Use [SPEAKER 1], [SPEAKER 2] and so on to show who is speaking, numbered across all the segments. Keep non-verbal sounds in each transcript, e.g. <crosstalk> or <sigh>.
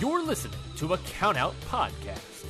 [SPEAKER 1] You're listening to a Countout Podcast.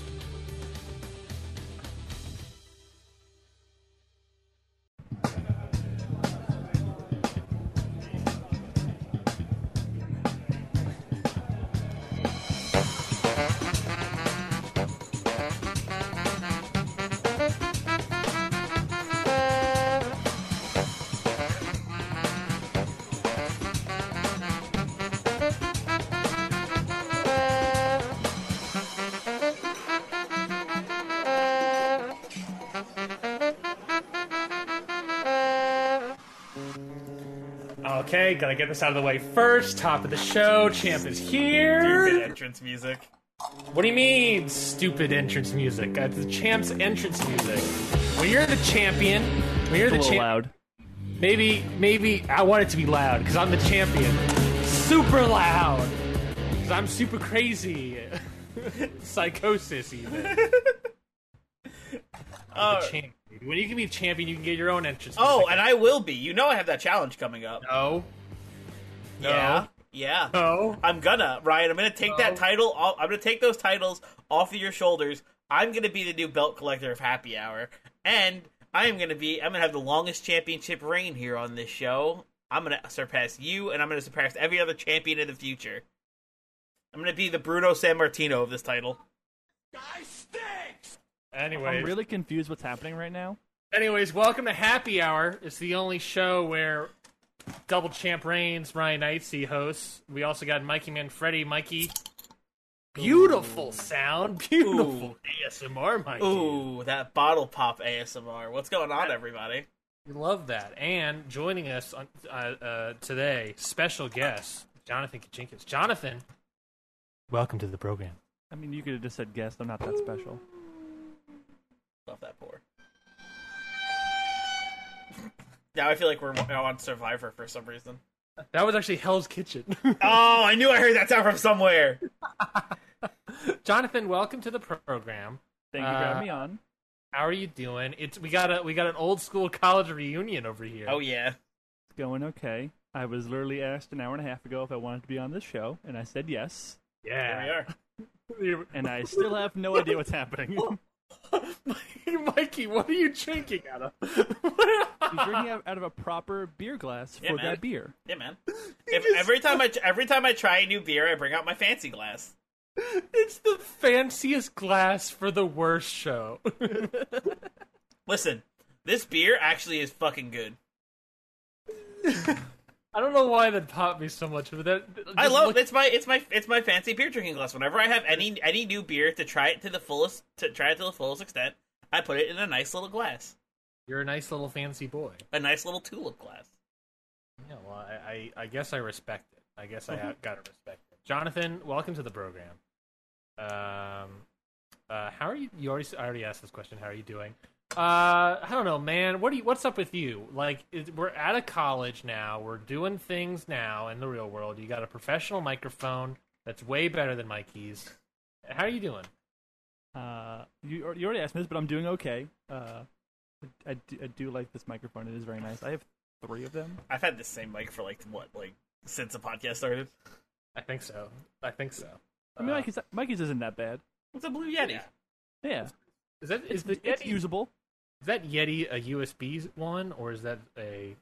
[SPEAKER 1] Okay, gotta get this out of the way first. Top of the show, champ is
[SPEAKER 2] Stupid
[SPEAKER 1] here.
[SPEAKER 2] entrance music.
[SPEAKER 1] What do you mean, stupid entrance music? Uh, the champ's entrance music. When you're the champion, when you're the
[SPEAKER 2] A little
[SPEAKER 1] champ,
[SPEAKER 2] loud.
[SPEAKER 1] maybe, maybe I want it to be loud because I'm the champion. Super loud. Because I'm super crazy. <laughs> Psychosis,
[SPEAKER 2] <laughs>
[SPEAKER 1] even.
[SPEAKER 2] Uh,
[SPEAKER 1] Champion. When you can be champion, you can get your own entrance.
[SPEAKER 2] oh,
[SPEAKER 1] music.
[SPEAKER 2] and I will be. You know I have that challenge coming up.
[SPEAKER 1] no, no,
[SPEAKER 2] Yeah. Yeah.
[SPEAKER 1] no.
[SPEAKER 2] I'm gonna, Ryan. I'm gonna take that title. Off, I'm gonna take those titles off of your shoulders. I'm gonna be the new belt collector of Happy Hour, and I am gonna be. I'm gonna have the longest championship reign here on this show. I'm gonna surpass you, and I'm gonna surpass every other champion in the future. I'm gonna be the Bruno San Martino of this title.
[SPEAKER 1] Anyways,
[SPEAKER 3] I'm really confused what's happening right now.
[SPEAKER 1] Anyways, welcome to Happy Hour. It's the only show where double champ reigns, Ryan Knightsey hosts. We also got Mikey Manfredi. Mikey, beautiful sound, beautiful ASMR, Mikey.
[SPEAKER 2] Ooh, that bottle pop ASMR. What's going on, everybody?
[SPEAKER 1] We love that. And joining us on, uh, uh, today, special guest Jonathan Jenkins. Jonathan, welcome to the program.
[SPEAKER 3] I mean, you could have just said guest. I'm not that special.
[SPEAKER 2] Love that pour. <laughs> Now I feel like we're on Survivor for some reason.
[SPEAKER 1] That was actually Hell's Kitchen. <laughs>
[SPEAKER 2] Oh, I knew I heard that sound from somewhere.
[SPEAKER 1] Jonathan, welcome to the program.
[SPEAKER 3] Thank you for
[SPEAKER 1] Uh,
[SPEAKER 3] having me on.
[SPEAKER 1] How are you doing? It's we got a we got an old school college reunion over here.
[SPEAKER 2] Oh yeah.
[SPEAKER 3] It's going okay. I was literally asked an hour and a half ago if I wanted to be on this show, and I said yes.
[SPEAKER 1] yeah.
[SPEAKER 2] There we are.
[SPEAKER 3] And I <laughs> still have no idea what's happening. <laughs>
[SPEAKER 1] <laughs> Mikey, what are you drinking out of? <laughs>
[SPEAKER 3] I'm drinking out, out of a proper beer glass for
[SPEAKER 2] Yeah, man.
[SPEAKER 3] that beer.
[SPEAKER 2] Yeah, man. If, every time I every time I try a new beer, I bring out my fancy glass.
[SPEAKER 1] it's the fanciest glass for the worst show. <laughs>
[SPEAKER 2] Listen, this beer actually is fucking good.
[SPEAKER 1] I don't know why that popped me so much, but that
[SPEAKER 2] I
[SPEAKER 1] just
[SPEAKER 2] love
[SPEAKER 1] look-
[SPEAKER 2] it's my it's my it's my fancy beer drinking glass. Whenever I have any any new beer to try it to the fullest to try it to the fullest extent, I put it in a nice little glass,
[SPEAKER 1] You're a nice little fancy boy.
[SPEAKER 2] a nice little tulip glass.
[SPEAKER 1] Yeah, well, I, I, I guess I respect it. I guess I have, gotta respect it. Jonathan, welcome to the program. Um, uh, how are you? You already I already asked this question. How are you doing? Uh, I don't know, man. What do you? What's up with you? Like, is, we're out of college now. We're doing things now in the real world. You got a professional microphone that's way better than Mikey's. How are you doing?
[SPEAKER 3] Uh, you, al- you already asked me this, but I'm doing okay. Uh, I, I do, I do like this microphone. It is very nice. I have three of them.
[SPEAKER 2] I've had this same mic for like what like since the podcast started.
[SPEAKER 1] I think so. I think so.
[SPEAKER 3] I mean,
[SPEAKER 1] Uh,
[SPEAKER 3] Mikey's, Mikey's isn't that bad.
[SPEAKER 2] It's a blue Yeti.
[SPEAKER 1] Yeah.
[SPEAKER 3] Yeah,
[SPEAKER 1] is that is the
[SPEAKER 3] it's, it's
[SPEAKER 1] Yeti?
[SPEAKER 3] usable.
[SPEAKER 1] Is that Yeti a USB one or is that a?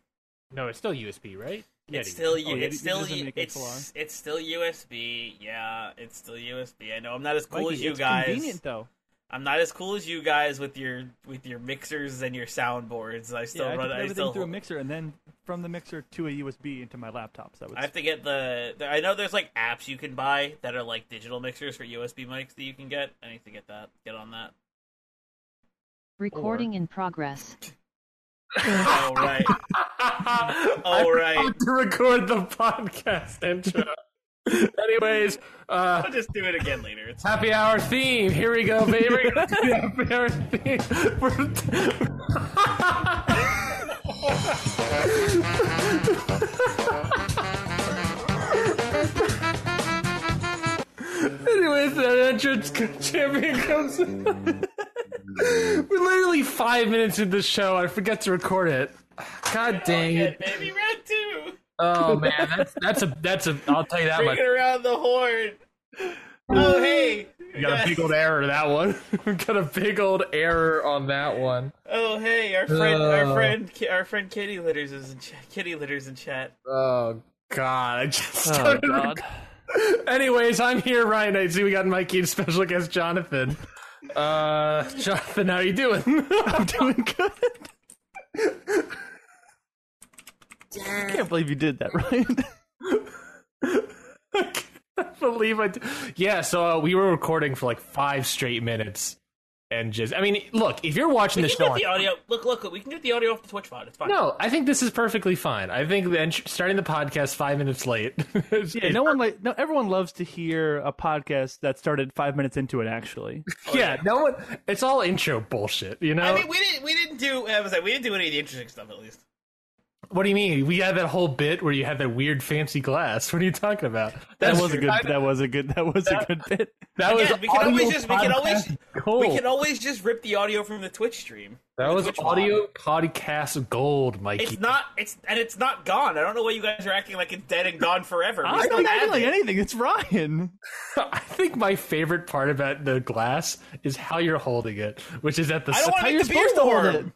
[SPEAKER 1] No, it's still USB, right? Yeti. <laughs>
[SPEAKER 2] It's still <laughs> U-
[SPEAKER 3] Yeti-
[SPEAKER 2] it's
[SPEAKER 3] it
[SPEAKER 2] still
[SPEAKER 3] doesn't
[SPEAKER 2] U-
[SPEAKER 3] make
[SPEAKER 2] it's
[SPEAKER 3] XLR.
[SPEAKER 2] it's still USB. Yeah, it's still USB. I know I'm not as cool
[SPEAKER 3] Mikey,
[SPEAKER 2] as you
[SPEAKER 3] it's
[SPEAKER 2] guys.
[SPEAKER 3] convenient though.
[SPEAKER 2] I'm not as cool as you guys with your with your mixers and your soundboards. I still
[SPEAKER 3] yeah, I
[SPEAKER 2] run.
[SPEAKER 3] could put
[SPEAKER 2] I,
[SPEAKER 3] everything
[SPEAKER 2] still.
[SPEAKER 3] through a mixer and then from the mixer to a USB into my laptop. So
[SPEAKER 2] I
[SPEAKER 3] it's
[SPEAKER 2] <laughs> have to get the, the. I know there's like apps you can buy that are like digital mixers for USB mics that you can get. I need to get that. Get on <laughs> that.
[SPEAKER 4] Recording in progress.
[SPEAKER 2] All right.
[SPEAKER 1] All
[SPEAKER 2] right.
[SPEAKER 1] <laughs> To record the podcast intro. Anyways, uh,
[SPEAKER 2] I'll just do it again later. It's
[SPEAKER 1] happy hour theme. Here we go, baby. <laughs> We're gonna do happy hour theme. <laughs> We're- Anyways, that entrance champion comes in. <laughs> We're literally five minutes into the show. I forget to record it. God dang
[SPEAKER 2] good,
[SPEAKER 1] it!
[SPEAKER 2] baby round two.
[SPEAKER 1] Oh man, that's that's a that's a. I'll tell you <laughs> that much.
[SPEAKER 2] Bring it around the horn. Oh hey.
[SPEAKER 1] We got a big old error that one. <laughs> we got a big old error on that one.
[SPEAKER 2] Oh hey, our friend,
[SPEAKER 1] Uh.
[SPEAKER 2] our friend, Ki- our friend Kitty litters is in ch- Kitty litters in chat.
[SPEAKER 1] Oh God! I just
[SPEAKER 3] Oh
[SPEAKER 1] started
[SPEAKER 3] god.
[SPEAKER 1] rec- Anyways, I'm here, Ryan. I see we got Mikey and special guest Jonathan. Uh, Jonathan, how you doing? <laughs> I'm doing good.
[SPEAKER 3] I can't believe you did that, Ryan.
[SPEAKER 1] I can't believe I. d- Yeah, so uh, we were recording for like five straight minutes, and just I mean, look, if you're watching
[SPEAKER 2] We
[SPEAKER 1] this
[SPEAKER 2] can
[SPEAKER 1] show
[SPEAKER 2] get
[SPEAKER 1] on
[SPEAKER 2] the audio. Look, look, look, we can get the audio off the Twitch pod. It's
[SPEAKER 1] <laughs>
[SPEAKER 2] fine.
[SPEAKER 1] no, I think this is perfectly fine. I think the entr starting the podcast five minutes late. <laughs> is-
[SPEAKER 3] <laughs> Yeah,
[SPEAKER 1] is
[SPEAKER 3] no one like no everyone loves to hear a podcast that started five minutes into it actually.
[SPEAKER 1] yeah, no one. It's all intro bullshit, you know.
[SPEAKER 2] I mean we didn't we didn't do. I was like we didn't do any of the interesting stuff at least.
[SPEAKER 1] what do you mean? We had that whole bit where you had that weird fancy glass. What are you talking about?
[SPEAKER 3] That
[SPEAKER 1] That's
[SPEAKER 3] was a
[SPEAKER 1] true.
[SPEAKER 3] good
[SPEAKER 1] I-
[SPEAKER 3] that was a good that was a good bit.
[SPEAKER 1] that
[SPEAKER 2] Again,
[SPEAKER 1] was
[SPEAKER 2] we can always
[SPEAKER 1] audio
[SPEAKER 2] just we can always
[SPEAKER 1] podcast gold.
[SPEAKER 2] we can always just rip the audio from the Twitch stream.
[SPEAKER 1] that was
[SPEAKER 2] Twitch
[SPEAKER 1] audio podcast gold, Mikey.
[SPEAKER 2] It's not. It's and it's not gone. I don't know why you guys are acting like it's dead and gone forever. We
[SPEAKER 3] I'm
[SPEAKER 2] still
[SPEAKER 3] not
[SPEAKER 2] have
[SPEAKER 3] acting like
[SPEAKER 2] it.
[SPEAKER 3] anything. It's Ryan.
[SPEAKER 1] <laughs> I think my favorite part about the glass is how you're holding it, which is at the.
[SPEAKER 2] I don't want
[SPEAKER 3] How
[SPEAKER 2] to
[SPEAKER 3] you're
[SPEAKER 2] make the beer
[SPEAKER 3] supposed to hold
[SPEAKER 2] warm.
[SPEAKER 3] it?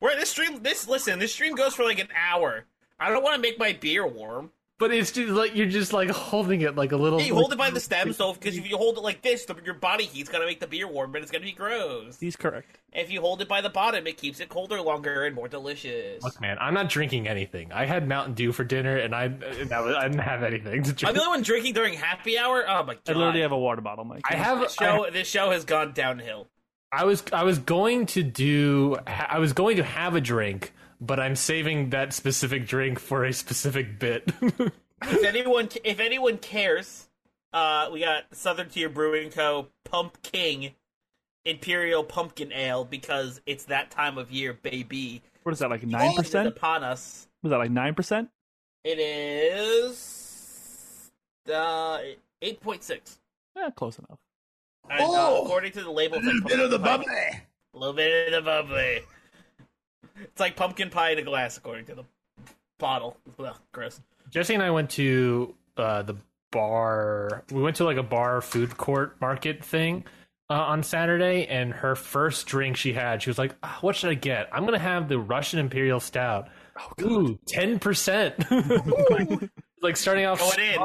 [SPEAKER 2] We're this stream. This listen. This stream goes for like an hour. I don't want to make my beer warm.
[SPEAKER 1] but it's just like you're just like holding it like a little.
[SPEAKER 2] Yeah, you hold it by the stem, so because if you hold it like this, the, your body heat's gonna make the beer warm, but it's gonna be gross.
[SPEAKER 3] He's correct.
[SPEAKER 2] If you hold it by the bottom, it keeps it colder longer and more delicious.
[SPEAKER 1] Look, man, I'm not drinking anything. I had Mountain Dew for dinner, and I that was, I didn't have anything to
[SPEAKER 2] I'm
[SPEAKER 1] drink.
[SPEAKER 2] the only one drinking during happy hour. Oh my god!
[SPEAKER 3] I literally have a water bottle, Mike.
[SPEAKER 1] I have.
[SPEAKER 2] this
[SPEAKER 1] I-
[SPEAKER 2] show. This show has gone downhill.
[SPEAKER 1] I was I was going to do I was going to have a drink, but I'm saving that specific drink for a specific bit. <laughs>
[SPEAKER 2] if anyone if anyone cares, uh, we got Southern Tier Brewing Co. Pump King Imperial Pumpkin Ale because it's that time of year, baby.
[SPEAKER 3] What is that like nine
[SPEAKER 2] Fall is
[SPEAKER 3] percent?
[SPEAKER 2] upon us.
[SPEAKER 3] Was that like nine percent?
[SPEAKER 2] It is uh, eight point six.
[SPEAKER 3] Yeah, Eh, close enough.
[SPEAKER 2] And,
[SPEAKER 3] Oh.
[SPEAKER 2] uh, according to the label, it's like pumpkin pie. A little bit of the bubbly. It's like pumpkin pie in a glass, according to the bottle. Well, gross.
[SPEAKER 1] Jesse and I went to uh, the bar. We went to like a bar food court market thing uh, on Saturday, and her first drink she had, she was like, "Ah, "What should I get? I'm gonna have the Russian Imperial Stout.
[SPEAKER 2] Oh,
[SPEAKER 1] Ooh, ten percent. <laughs> Like starting off
[SPEAKER 2] Going in.
[SPEAKER 3] It's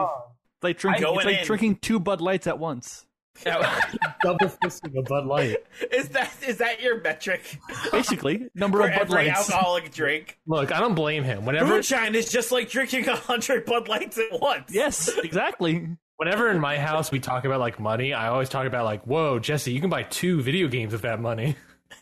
[SPEAKER 3] like drinking.
[SPEAKER 2] Going
[SPEAKER 3] It's like
[SPEAKER 2] in.
[SPEAKER 3] drinking two Bud Lights at once.
[SPEAKER 1] double fisting a Bud Light.
[SPEAKER 2] Is that is that your metric
[SPEAKER 3] Basically, number
[SPEAKER 2] for
[SPEAKER 3] of Bud
[SPEAKER 2] every
[SPEAKER 3] Lights.
[SPEAKER 2] alcoholic drink?
[SPEAKER 1] Look, I don't blame him. Whenever
[SPEAKER 2] Moonshine is just like drinking <laughs> a hundred Bud Lights at once.
[SPEAKER 3] <laughs> Yes, exactly.
[SPEAKER 1] whenever in my house we talk about like money, I always talk about like, whoa, Jesse, you can buy two video games with that money.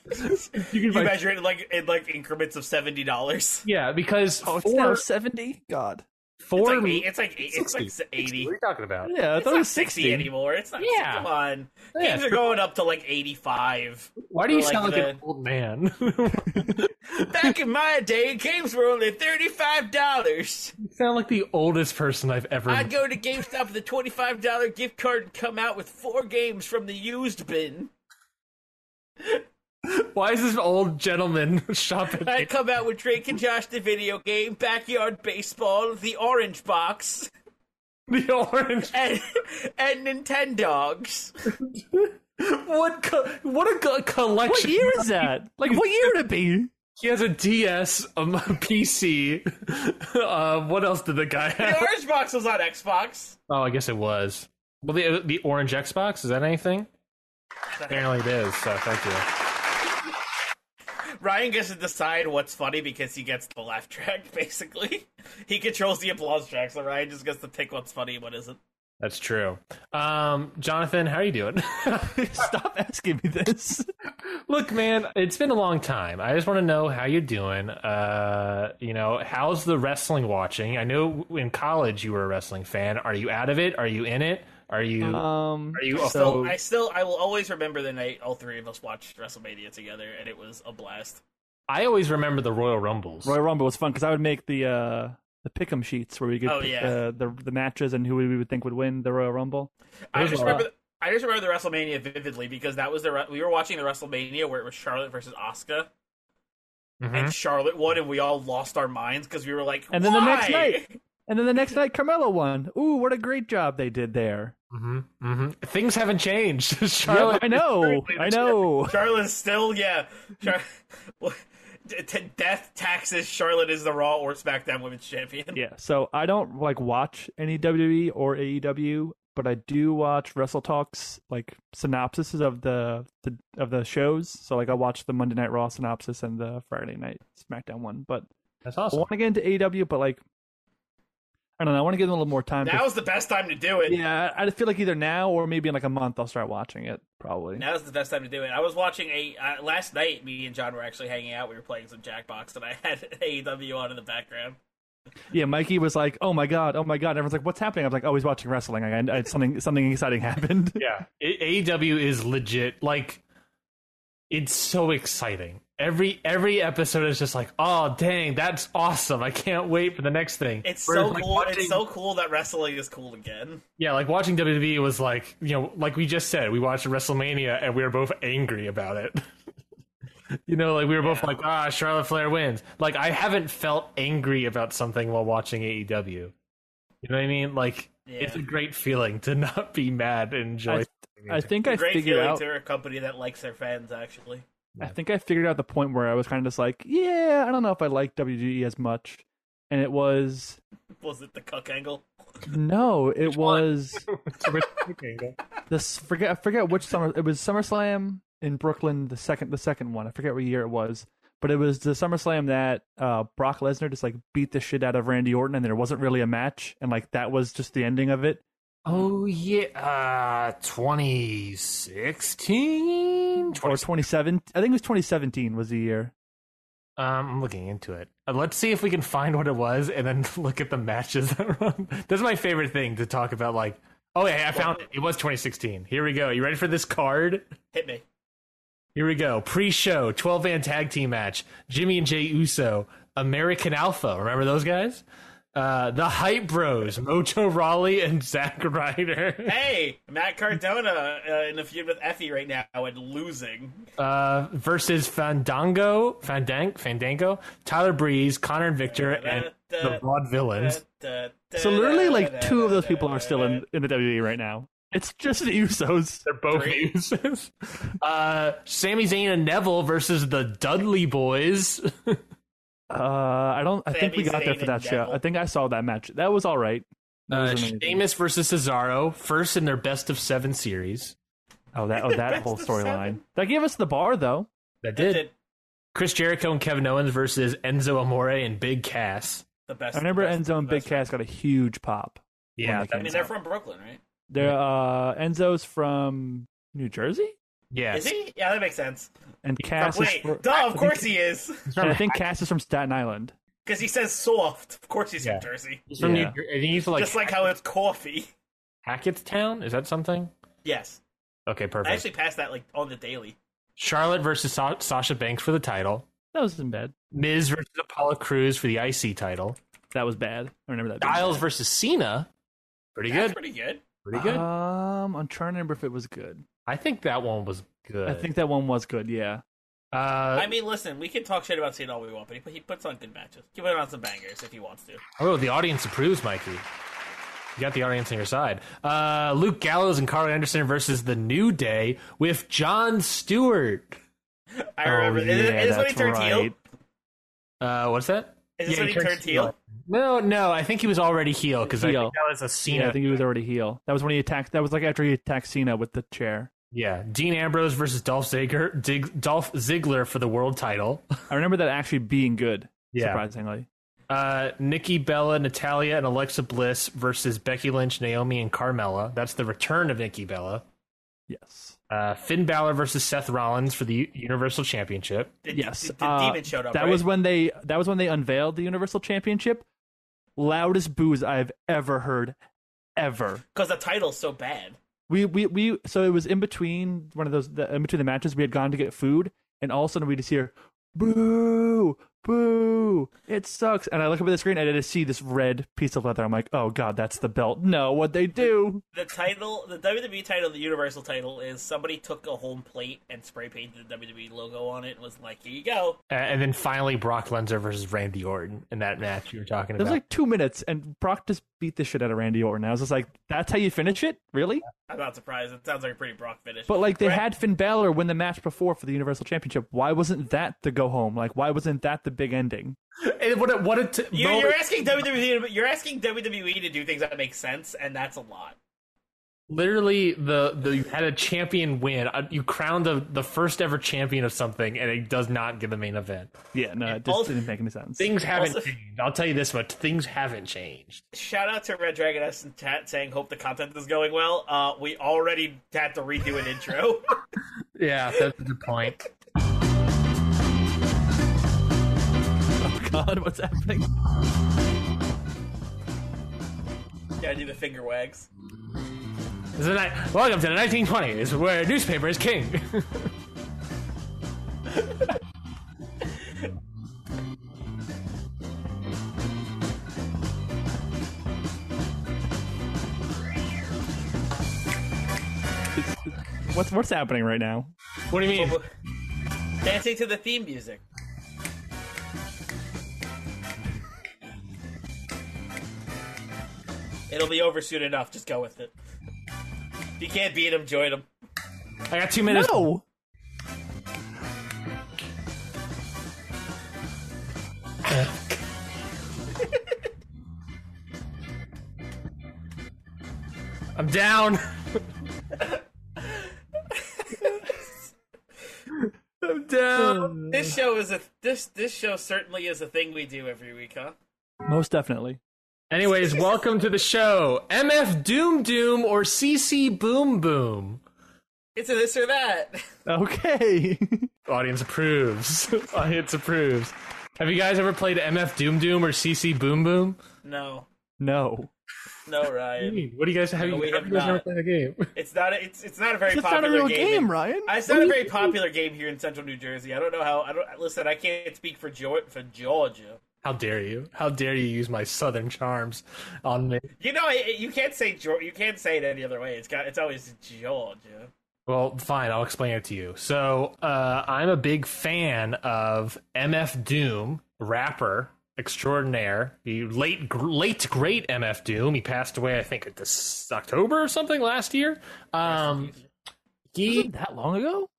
[SPEAKER 1] <laughs>
[SPEAKER 2] you measure it in like in like increments of seventy dollars. <laughs>
[SPEAKER 1] Yeah, because four,
[SPEAKER 3] Oh, it's now seventy. God.
[SPEAKER 2] It's
[SPEAKER 1] four
[SPEAKER 2] like eight,
[SPEAKER 1] meat.
[SPEAKER 2] it's like eight, it's like eighty.
[SPEAKER 1] What are you talking about?
[SPEAKER 3] Yeah, I
[SPEAKER 2] It's
[SPEAKER 3] thought it
[SPEAKER 2] not
[SPEAKER 3] was
[SPEAKER 2] sixty
[SPEAKER 3] sixty.
[SPEAKER 2] anymore. It's not.
[SPEAKER 1] Yeah.
[SPEAKER 2] Come on,
[SPEAKER 1] Yeah,
[SPEAKER 2] things are
[SPEAKER 1] it's-
[SPEAKER 2] going up to like eighty-five.
[SPEAKER 1] Why do you
[SPEAKER 2] Or, like,
[SPEAKER 1] sound like
[SPEAKER 2] the-
[SPEAKER 1] an old man? <laughs>
[SPEAKER 2] Back in my day, games were only thirty-five dollars.
[SPEAKER 1] you sound like the oldest person I've ever met.
[SPEAKER 2] I'd go to GameStop with a twenty-five dollar gift card and come out with four games from the used bin.
[SPEAKER 1] Why is this old gentleman <laughs> shopping?
[SPEAKER 2] I'd come out with Drake and Josh the video game, backyard baseball, the orange box,
[SPEAKER 1] the orange.
[SPEAKER 2] and and Nintendogs.
[SPEAKER 1] What? Co- what a co-
[SPEAKER 3] What
[SPEAKER 1] collection!
[SPEAKER 3] year is <laughs> that? Like, what year would it <laughs> be?
[SPEAKER 1] He has a DS, um, a PC. <laughs> uh, what else did the guy
[SPEAKER 2] The
[SPEAKER 1] have?
[SPEAKER 2] orange box was on Xbox.
[SPEAKER 1] Oh, I guess it was. Well, the the orange Xbox is that anything? Apparently it is. So thank you.
[SPEAKER 2] Ryan gets to decide what's funny because he gets the laugh track. <laughs> Basically, he controls the applause track, so Ryan just gets to pick what's funny and what isn't.
[SPEAKER 1] That's true. Um, Jonathan, how are you doing? <laughs>
[SPEAKER 3] <laughs> Stop asking me this.
[SPEAKER 1] Look, man, it's been a long time. I just want to know how you're doing. Uh, you know, how's the wrestling watching? I know in college you were a wrestling fan. Are you out of it? Are you in it? Are you
[SPEAKER 3] Uh,
[SPEAKER 4] Um,
[SPEAKER 1] are you a
[SPEAKER 2] So
[SPEAKER 1] full-
[SPEAKER 2] I still, I will always remember the night all three of us watched WrestleMania together, and it was a blast.
[SPEAKER 1] I always remember the Royal Rumbles.
[SPEAKER 3] Royal Rumble was fun because I would make the uh, the pick'em sheets where we could
[SPEAKER 2] Oh,
[SPEAKER 3] pick,
[SPEAKER 2] yeah.
[SPEAKER 3] uh, the the matches and who we would think would win the Royal Rumble.
[SPEAKER 2] I
[SPEAKER 1] Those
[SPEAKER 2] just
[SPEAKER 1] were-
[SPEAKER 2] remember. I just remember the WrestleMania vividly because that was the re- we were watching the WrestleMania where it was Charlotte versus Oscar,
[SPEAKER 1] Mhm.
[SPEAKER 2] and Charlotte won, and we all lost our minds because we were like,
[SPEAKER 3] Mm-hmm. And then the next
[SPEAKER 2] "Why?"
[SPEAKER 3] night- And then the next night, Carmelo won. Ooh, what a great job they did there.
[SPEAKER 1] hmm hmm Things haven't changed. <laughs>
[SPEAKER 3] Yep,
[SPEAKER 1] Charlotte,
[SPEAKER 3] I know,
[SPEAKER 2] Apparently
[SPEAKER 3] I
[SPEAKER 2] the-
[SPEAKER 3] <laughs> know.
[SPEAKER 2] <laughs> Charlotte's still yeah, Char- <laughs> well, t- t- death taxes. Charlotte is the Raw or SmackDown Women's Champion.
[SPEAKER 3] Yeah, so I don't like watch any WWE or AEW, but I do watch Wrestle Talks like synopsises of the, the of the shows. So like I watch the Monday Night Raw synopsis and the Friday Night SmackDown one. But
[SPEAKER 1] that's
[SPEAKER 3] I
[SPEAKER 1] awesome.
[SPEAKER 3] want to get into AEW, but like I don't know. I want to give them a little more time.
[SPEAKER 2] Now is the best time to do it.
[SPEAKER 3] to, yeah, I I feel like either now or maybe in like a month I'll start watching it. Probably.
[SPEAKER 2] Now is the best time to do it. I was watching a uh, last night. Me and John were actually hanging out. We were playing some Jackbox, and I had <laughs> AEW on in the background.
[SPEAKER 3] Yeah, Mikey was like, "Oh my god, oh my god!" Everyone's like, "What's happening?" I was like, "Oh, he's watching wrestling." Like, I, I, something something exciting <laughs> happened.
[SPEAKER 1] yeah A- aew is legit like it's so exciting every every episode is just like oh dang that's awesome i can't wait for the next thing
[SPEAKER 2] It's
[SPEAKER 1] Whereas,
[SPEAKER 2] so
[SPEAKER 1] like,
[SPEAKER 2] cool.
[SPEAKER 1] watching-
[SPEAKER 2] It's so cool that wrestling is cool again.
[SPEAKER 3] <laughs>
[SPEAKER 1] yeah like watching wwe was like you know like we just said we watched wrestlemania and we were both angry about it <laughs> you know like we were both like ah charlotte flair wins like i haven't felt angry about something while watching aew you know what i mean like it's
[SPEAKER 2] Yeah.
[SPEAKER 1] a great feeling to <laughs> not be mad and enjoy
[SPEAKER 3] I- I think I
[SPEAKER 2] Great
[SPEAKER 3] figured
[SPEAKER 2] feeling
[SPEAKER 3] out.
[SPEAKER 2] to a company that likes their fans. Actually, <laughs>
[SPEAKER 3] I think I figured out the point where I was kind of just like, "Yeah, I don't know if I like WWE as much," and it was
[SPEAKER 2] was it the cuck angle?
[SPEAKER 3] no, it was
[SPEAKER 1] okay.
[SPEAKER 3] this. Forget I forget which summer. It was SummerSlam in Brooklyn, the second the second one. I forget what year it was. But it was the SummerSlam that uh, Brock Lesnar just like beat the shit out of Randy Orton, and there wasn't really a match, and like that was just the ending of it.
[SPEAKER 1] Oh yeah, uh, 2016.
[SPEAKER 3] Or twenty seven, I think it was twenty seventeen was the year.
[SPEAKER 1] Um, I'm looking into it. Uh, let's see if we can find what it was, and then <laughs> look at the matches that were on. This is my favorite thing to talk about. Like, oh yeah, I found it. It was 2016. Here we go. You ready for this card?
[SPEAKER 2] Hit me.
[SPEAKER 1] Here we go. Pre-show 12-man tag team match. Jimmy and Jay Uso, American Alpha. Remember those guys? Uh, the Hype Bros, Mojo Raleigh and <laughs> Zack Ryder.
[SPEAKER 2] Hey, Matt Cardona uh, in a feud with Effie right now and losing.
[SPEAKER 1] uh, versus Fandango, Fandang, Fandango, Tyler Breeze, Connor and Victor, and the Broad Villains.
[SPEAKER 3] So literally, like two of those people are still in, in the WWE right now. It's just the Usos.
[SPEAKER 1] They're both uses. <laughs> Uh, Sami Zayn and Neville versus the Dudley Boys.
[SPEAKER 3] Uh, I don't. I think we
[SPEAKER 2] Sami
[SPEAKER 3] got there
[SPEAKER 2] Zayn
[SPEAKER 3] for that
[SPEAKER 2] and
[SPEAKER 3] show.
[SPEAKER 2] Neville.
[SPEAKER 3] I think I saw that match. That was all right.
[SPEAKER 1] <laughs>
[SPEAKER 3] That
[SPEAKER 1] Uh,
[SPEAKER 3] was amazing.
[SPEAKER 1] Sheamus versus Cesaro, first in their best of seven series.
[SPEAKER 3] Oh, that. Oh, that whole
[SPEAKER 2] Best of
[SPEAKER 3] storyline.
[SPEAKER 2] seven.
[SPEAKER 3] That gave us the bar though.
[SPEAKER 1] That
[SPEAKER 2] That's
[SPEAKER 1] did.
[SPEAKER 2] it.
[SPEAKER 1] Chris Jericho and Kevin Owens versus Enzo Amore and Big Cass.
[SPEAKER 2] The best.
[SPEAKER 3] I remember
[SPEAKER 2] best-
[SPEAKER 3] Enzo and Big
[SPEAKER 2] best-
[SPEAKER 3] Cass got a huge pop.
[SPEAKER 1] Yeah,
[SPEAKER 3] When they
[SPEAKER 1] that-
[SPEAKER 2] I mean, they're from Brooklyn, right?
[SPEAKER 3] There, uh, Enzo's from New Jersey,
[SPEAKER 1] yeah.
[SPEAKER 2] Is he? Yeah, that makes sense.
[SPEAKER 3] and Cass is.
[SPEAKER 2] Wait,
[SPEAKER 3] fr-
[SPEAKER 2] duh, of course he is. <laughs>
[SPEAKER 3] and
[SPEAKER 1] <laughs>
[SPEAKER 3] I think Cass is from Staten Island.
[SPEAKER 2] Because he says soft. Of course he's
[SPEAKER 1] Yeah.
[SPEAKER 2] from Jersey.
[SPEAKER 1] He's from
[SPEAKER 3] Yeah.
[SPEAKER 1] New Jer- I think he's like,
[SPEAKER 2] Just like how it's coffee. <laughs>
[SPEAKER 1] Hackettstown. Is that something?
[SPEAKER 2] Yes.
[SPEAKER 1] Okay, perfect.
[SPEAKER 2] I actually passed that like on the daily.
[SPEAKER 1] Charlotte versus Sa- Sasha Banks for the title.
[SPEAKER 3] That wasn't bad.
[SPEAKER 1] Miz versus Apollo Cruz for the IC title.
[SPEAKER 3] That was bad. I remember that. being
[SPEAKER 1] Styles versus Cena. Pretty
[SPEAKER 2] That's
[SPEAKER 1] good.
[SPEAKER 2] pretty good.
[SPEAKER 1] Pretty good.
[SPEAKER 3] Um, I'm trying to remember if it was good.
[SPEAKER 1] I think that one was good.
[SPEAKER 3] I think that one was good. Yeah.
[SPEAKER 1] Uh,
[SPEAKER 2] I mean, listen, we can talk shit about Cena all we want, but he, he puts on good matches. He puts on some bangers if he wants to.
[SPEAKER 1] oh, the audience approves, Mikey. You got the audience on your side. Uh, Luke Gallows and Carl Anderson versus The New Day with John Stewart.
[SPEAKER 2] I remember.
[SPEAKER 3] Oh,
[SPEAKER 2] is, it- is this when he
[SPEAKER 3] that's
[SPEAKER 2] turned heel?
[SPEAKER 3] right.
[SPEAKER 1] Uh, what's that?
[SPEAKER 2] Is this
[SPEAKER 1] Yeah,
[SPEAKER 2] when he turned heel?
[SPEAKER 1] No, no. I think he was already heel because I
[SPEAKER 3] Heel.
[SPEAKER 1] think that was a Cena.
[SPEAKER 3] Yeah, I think he was already heel. That was when he attacked. That was like after he attacked Cena with the chair.
[SPEAKER 1] Yeah, Dean Ambrose versus Dolph Ziggler, Dig, Dolph Ziggler for the world title.
[SPEAKER 3] I remember that actually being good.
[SPEAKER 1] Yeah.
[SPEAKER 3] Surprisingly,
[SPEAKER 1] Uh, Nikki Bella, Natalia, and Alexa Bliss versus Becky Lynch, Naomi, and Carmella. That's the return of Nikki Bella.
[SPEAKER 3] Yes.
[SPEAKER 1] Uh, Finn Balor versus Seth Rollins for the U- Universal Championship.
[SPEAKER 2] The,
[SPEAKER 3] Yes,
[SPEAKER 2] the, the
[SPEAKER 3] uh,
[SPEAKER 2] demon showed up.
[SPEAKER 3] That
[SPEAKER 2] right?
[SPEAKER 3] was when they that was when they unveiled the Universal Championship. Loudest booze I've ever heard, ever.
[SPEAKER 2] because the title's so bad.
[SPEAKER 3] We we we. So it was in between one of those the, in between the matches. We had gone to get food, and all of a sudden we just hear boo boo. It sucks. And I look up at the screen and I just see this red piece of leather. I'm like, oh god, that's the belt. No, what they do?
[SPEAKER 2] The title, the WWE title, the Universal title is somebody took a home plate and spray painted the WWE logo on it and was like, "Here you go."
[SPEAKER 1] Uh, and then finally, Brock Lesnar versus Randy Orton in that match you were talking
[SPEAKER 3] It was
[SPEAKER 1] about.
[SPEAKER 3] like two minutes, and Brock just beat the shit out of Randy Orton. I was just like, that's how you finish it, really?
[SPEAKER 2] I'm not surprised. It sounds like a pretty Brock finish.
[SPEAKER 3] But like they
[SPEAKER 2] Right.
[SPEAKER 3] had Finn Balor win the match before for the Universal Championship. Why wasn't that the go home? Like why wasn't that the big ending?
[SPEAKER 1] And what a, what a t-
[SPEAKER 2] you're,
[SPEAKER 1] moment-
[SPEAKER 2] you're asking WWE, to- you're asking WWE to do things that make sense, and that's a lot.
[SPEAKER 1] literally the the you had a champion win. Uh, You crowned the the first ever champion of something, and it does not get the main event.
[SPEAKER 3] Yeah, no, it just
[SPEAKER 2] also-
[SPEAKER 3] didn't make any sense.
[SPEAKER 1] Things haven't
[SPEAKER 2] Also-
[SPEAKER 1] changed. I'll tell you this much: things haven't changed.
[SPEAKER 2] Shout out to Red Dragon S in chat saying, "Hope the content is going well." Uh, we already had to redo an intro. <laughs>
[SPEAKER 1] Yeah, that's a good point.
[SPEAKER 3] Oh God, what's happening?
[SPEAKER 2] Gotta do the finger wags.
[SPEAKER 1] This is not- welcome to the 1920s, where newspaper is king. <laughs>
[SPEAKER 3] What's what's happening right now?
[SPEAKER 1] what do you mean?
[SPEAKER 2] Dancing to the theme music. It'll be over soon enough. Just go with it. If you can't beat him, join him.
[SPEAKER 1] I got two minutes.
[SPEAKER 3] No.
[SPEAKER 1] I'm down. <laughs> I'm down.
[SPEAKER 2] This show is a this this show certainly is a thing we do every week, huh?
[SPEAKER 3] Most definitely.
[SPEAKER 1] Anyways, welcome to the show. MF Doom Doom or CC Boom Boom.
[SPEAKER 2] It's a this or that. <laughs>
[SPEAKER 3] Okay. <laughs>
[SPEAKER 1] Audience approves. <laughs> Audience approves. Have you guys ever played MF Doom Doom or CC Boom Boom?
[SPEAKER 2] No,
[SPEAKER 3] no.
[SPEAKER 2] no,
[SPEAKER 1] What do
[SPEAKER 3] <laughs>
[SPEAKER 2] Ryan.
[SPEAKER 1] you mean? What do you guys have?
[SPEAKER 2] No,
[SPEAKER 1] you,
[SPEAKER 2] we
[SPEAKER 1] have
[SPEAKER 2] have
[SPEAKER 1] you guys never
[SPEAKER 2] not.
[SPEAKER 1] played the game? <laughs>
[SPEAKER 2] It's not a, it's it's not a very
[SPEAKER 3] It's not
[SPEAKER 2] popular
[SPEAKER 3] a real
[SPEAKER 2] game.
[SPEAKER 3] game,
[SPEAKER 2] in-
[SPEAKER 3] Ryan.
[SPEAKER 2] It's not a very popular game here in Central New Jersey. I don't know how. I don't listen. I can't speak for Geor- for Georgia.
[SPEAKER 1] How dare you? How dare you use my southern charms on me?
[SPEAKER 2] You know, it, it- you can't say Geor- you can't say it any other way. It's got it's always Georgia.
[SPEAKER 1] Well, fine, I'll explain it to you. So, uh, I'm a big fan of MF Doom, rapper extraordinaire, the late, gr- late great MF Doom. He passed away, I think, this October or something last year. Um, he
[SPEAKER 3] that long ago?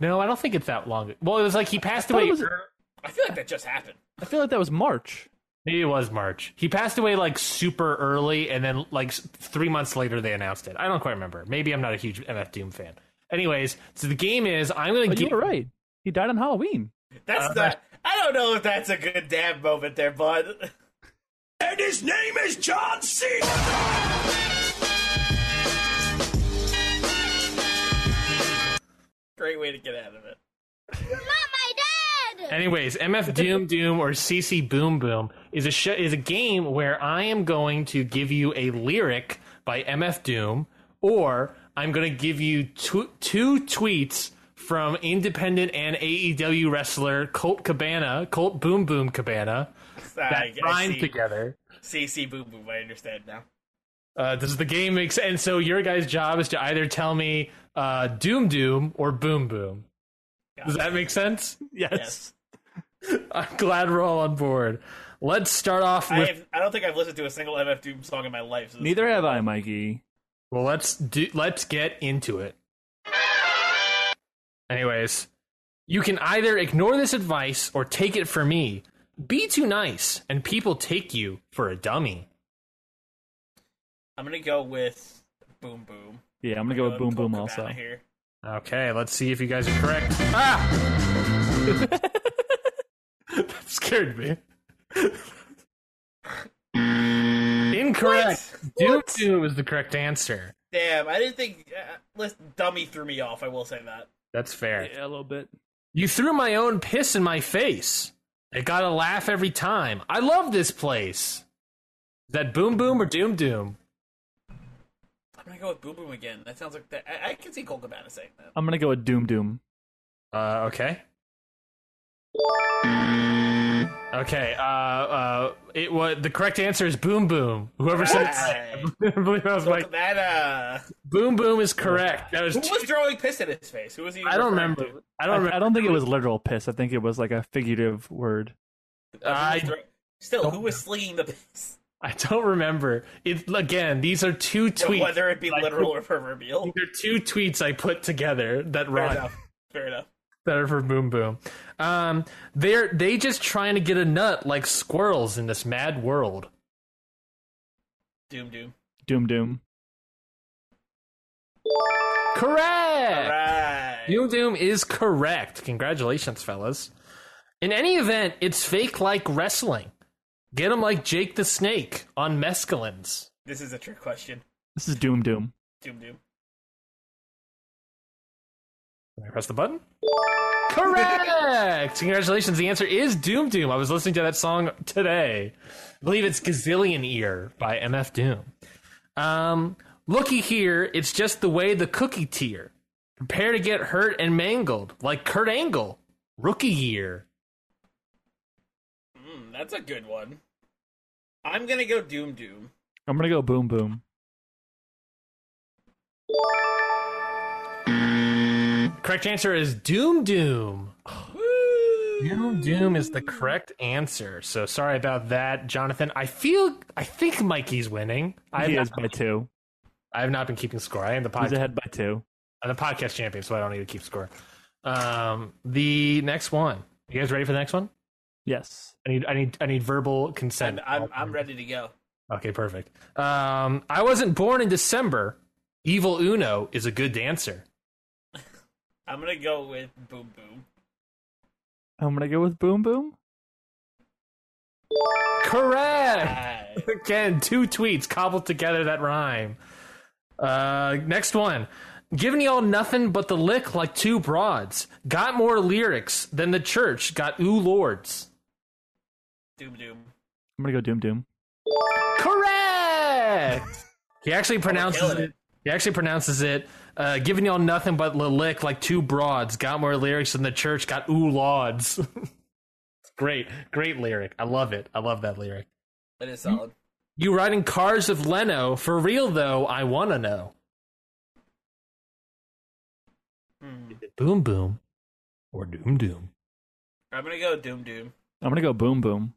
[SPEAKER 1] no, I don't think it's that long. Well, it was like he passed
[SPEAKER 3] thought it
[SPEAKER 1] away.
[SPEAKER 3] was-
[SPEAKER 1] ear-
[SPEAKER 2] I feel like that just happened.
[SPEAKER 3] I feel like that was March.
[SPEAKER 1] Maybe it was March. He passed away like super early, and then like s- three months later they announced it. I don't quite remember. Maybe I'm not a huge MF Doom fan. Anyways, so the game is I'm gonna
[SPEAKER 3] But you
[SPEAKER 1] get
[SPEAKER 3] were right. He died on Halloween.
[SPEAKER 2] That's
[SPEAKER 3] Uh-huh.
[SPEAKER 2] not. I don't know if that's a good dab moment there, bud.
[SPEAKER 4] And his name is John C.
[SPEAKER 2] Great way to get out of it.
[SPEAKER 5] Not my dad!
[SPEAKER 1] Anyways, MF Doom Doom or CC Boom Boom is a sh- is a game where I am going to give you a lyric by MF Doom, or I'm going to give you tw- two tweets from independent and AEW wrestler Colt Cabana, Colt Boom Boom Cabana, that
[SPEAKER 2] I, I
[SPEAKER 1] rhyme
[SPEAKER 2] see.
[SPEAKER 1] together.
[SPEAKER 2] CC boom boom. I understand now.
[SPEAKER 1] Uh, does the game make sense? And so your guys' job is to either tell me uh, Doom Doom or Boom Boom. Does that make sense? <laughs>
[SPEAKER 2] Yes.
[SPEAKER 1] I'm glad we're all on board. Let's start off
[SPEAKER 2] I
[SPEAKER 1] with
[SPEAKER 2] have, I don't think I've listened to a single MF Doom song in my life. So this-
[SPEAKER 3] Neither have I, Mikey.
[SPEAKER 1] Well, let's do. Let's get into it. Anyways, you can either ignore this advice or take it for me. Be too nice, and people take you for a dummy.
[SPEAKER 2] I'm gonna go with boom boom.
[SPEAKER 3] Yeah, I'm gonna go with Boom Boom also.
[SPEAKER 2] Here.
[SPEAKER 1] Okay, let's see if you guys are correct. Ah! <laughs> that scared me. Incorrect. Doom Doom is the correct answer.
[SPEAKER 2] Damn, I didn't think. Uh, listen, dummy threw me off. I will say that.
[SPEAKER 1] That's fair.
[SPEAKER 3] Yeah, a little bit.
[SPEAKER 1] You threw my own piss in my face. It got a laugh every time. I love this place. Is that Boom Boom or Doom Doom?
[SPEAKER 2] I'm gonna go with Boom Boom again. That sounds like that. I, I can see Cole Cabana saying that.
[SPEAKER 3] I'm gonna go with Doom Doom.
[SPEAKER 1] Uh, okay. Okay. Uh, uh, it was the correct answer is Boom Boom. Whoever said <laughs>
[SPEAKER 2] Hey,
[SPEAKER 1] <laughs> I believe I was
[SPEAKER 2] Cole
[SPEAKER 1] like
[SPEAKER 2] Cabana.
[SPEAKER 1] Boom Boom is correct. That was
[SPEAKER 2] Who was throwing piss in his face? Who was he?
[SPEAKER 1] I don't
[SPEAKER 2] referring
[SPEAKER 1] remember.
[SPEAKER 2] to?
[SPEAKER 1] I don't
[SPEAKER 3] I,
[SPEAKER 1] remember.
[SPEAKER 3] I don't think it was literal piss. I think it was like a figurative word.
[SPEAKER 1] I-
[SPEAKER 2] Who was throw- Still, who was slinging the
[SPEAKER 1] <laughs>
[SPEAKER 2] piss?
[SPEAKER 1] I don't remember. It again. These are two tweets.
[SPEAKER 2] Whether it be literal or proverbial.
[SPEAKER 1] These are two tweets I put together that
[SPEAKER 2] Fair
[SPEAKER 1] rhyme.
[SPEAKER 2] enough. Fair enough.
[SPEAKER 1] that are for Boom Boom. Um, they're they just trying to get a nut like squirrels in this mad world.
[SPEAKER 2] Doom, doom.
[SPEAKER 3] Doom Doom.
[SPEAKER 2] All
[SPEAKER 1] Correct.
[SPEAKER 2] right.
[SPEAKER 1] Doom Doom is correct. Congratulations, fellas. In any event, it's fake like wrestling. Get him like Jake the Snake on mescalines.
[SPEAKER 2] This is a trick question.
[SPEAKER 3] This is Doom Doom.
[SPEAKER 2] Doom, doom.
[SPEAKER 1] Can I press the button? Correct! <laughs> Congratulations. The answer is Doom Doom. I was listening to that song today. I believe it's Gazillion Ear by MF Doom. Um, looky here, it's just the way the cookie tier. Prepare to get hurt and mangled like Kurt Angle. Rookie year.
[SPEAKER 2] Mm, that's a good one. I'm gonna go doom, doom.
[SPEAKER 3] I'm gonna go Boom Boom.
[SPEAKER 1] Correct answer is Doom Doom.
[SPEAKER 2] Woo!
[SPEAKER 1] Doom Doom is the correct answer. So sorry about that, Jonathan. I feel I think Mikey's winning. I have,
[SPEAKER 3] he
[SPEAKER 1] not,
[SPEAKER 3] is by two.
[SPEAKER 1] I have not been keeping score. I am the
[SPEAKER 3] He's
[SPEAKER 1] podcast
[SPEAKER 3] ahead by two.
[SPEAKER 1] I'm the podcast champion, so I don't need to keep score. Um, the next one. You guys ready for the next one?
[SPEAKER 3] Yes.
[SPEAKER 1] I need I need I need verbal consent.
[SPEAKER 2] I'm, I'm, I'm ready to go.
[SPEAKER 1] Okay, perfect. Um, I wasn't born in December. Evil Uno is a good dancer.
[SPEAKER 2] I'm gonna go with boom, boom.
[SPEAKER 3] I'm gonna go with Boom Boom.
[SPEAKER 1] Correct. <laughs>
[SPEAKER 2] Aye.
[SPEAKER 1] Again, two tweets cobbled together that rhyme. Uh, next one. Giving y'all nothing but the lick like two broads. Got more lyrics than the church got ooh lords.
[SPEAKER 2] doom, doom.
[SPEAKER 3] I'm gonna go Doom Doom.
[SPEAKER 1] Correct. He actually pronounces
[SPEAKER 2] killing
[SPEAKER 1] it.
[SPEAKER 2] it.
[SPEAKER 1] He actually pronounces it. Uh, giving y'all nothing but lilic like two broads. Got more lyrics than the church. Got ooh lauds. <laughs> It's great, great lyric. I love it. I love that lyric.
[SPEAKER 2] That is
[SPEAKER 3] Hmm?
[SPEAKER 2] solid.
[SPEAKER 1] You riding cars of Leno for real though? I wanna know.
[SPEAKER 2] Hmm.
[SPEAKER 1] Boom boom, or doom doom.
[SPEAKER 2] I'm gonna go doom, doom.
[SPEAKER 3] I'm gonna go Boom Boom.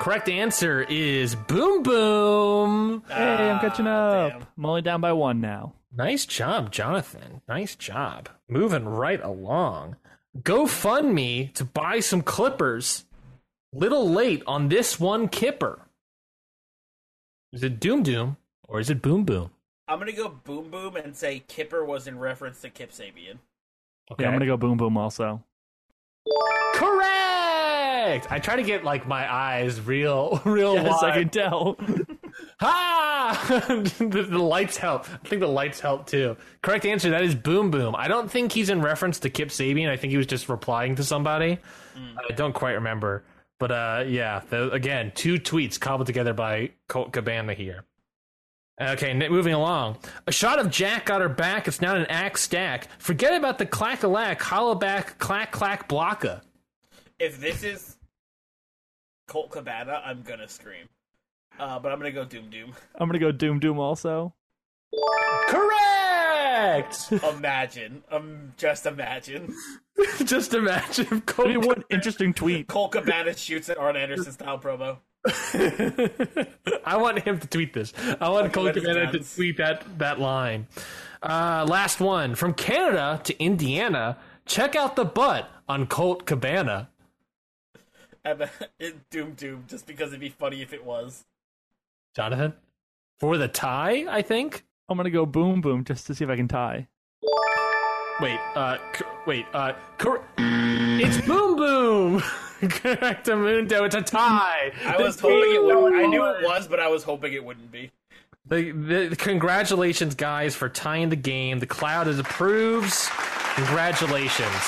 [SPEAKER 1] Correct answer is boom boom.
[SPEAKER 3] Hey, I'm catching
[SPEAKER 2] Ah,
[SPEAKER 3] up.
[SPEAKER 2] damn.
[SPEAKER 3] I'm only down by one now.
[SPEAKER 1] Nice job, Jonathan. Nice job. Moving right along. GoFundMe to buy some clippers. Little late on this one kipper. Is it Doom Doom or is it Boom Boom?
[SPEAKER 2] I'm gonna go boom, boom, and say Kipper was in reference to Kip Sabian.
[SPEAKER 3] Yeah, I'm gonna go Boom Boom also.
[SPEAKER 1] Correct. I try to get like my eyes real, <laughs> real
[SPEAKER 3] Yes,
[SPEAKER 1] wide.
[SPEAKER 3] I can tell. <laughs>
[SPEAKER 1] Ha! <laughs> the, the lights help. I think the lights help too. Correct answer. That is Boom Boom. I don't think he's in reference to Kip Sabian. I think he was just replying to somebody. I don't quite remember. But uh, yeah, the, again, two tweets cobbled together by Colt Cabana here. Okay, n- moving along. A shot of Jack got her back. It's not an axe stack. Forget about the clack a lack, hollow back, clack clack blocka.
[SPEAKER 2] If this is Colt Cabana, I'm gonna scream. Uh, but I'm gonna go doom, doom.
[SPEAKER 3] I'm gonna go Doom Doom <laughs> also.
[SPEAKER 1] Correct! <laughs>
[SPEAKER 2] Imagine, um, just imagine.
[SPEAKER 1] just imagine if Colt.
[SPEAKER 3] I mean, what interesting tweet.
[SPEAKER 2] Cole Cabana shoots at Arn Anderson style promo.
[SPEAKER 1] <laughs> I want him to tweet this. I want Cole
[SPEAKER 2] let us
[SPEAKER 1] Cabana to
[SPEAKER 2] dance.
[SPEAKER 1] tweet that that line. Uh, last one from Canada to Indiana. Check out the butt on Colt Cabana.
[SPEAKER 2] And then- <laughs> it- doom, doom, just because it'd be funny if it was.
[SPEAKER 1] Jonathan for the tie. I think.
[SPEAKER 3] I'm gonna go Boom Boom just to see if I can tie.
[SPEAKER 1] Wait. Uh. c- wait. Uh. Cor- it's boom boom. <laughs> Correct, Mundo. It's a tie.
[SPEAKER 2] I was hoping it would. I knew it was, but I was hoping it wouldn't be.
[SPEAKER 1] The, the, congratulations, guys, for tying the game. The cloud is approves. Congratulations.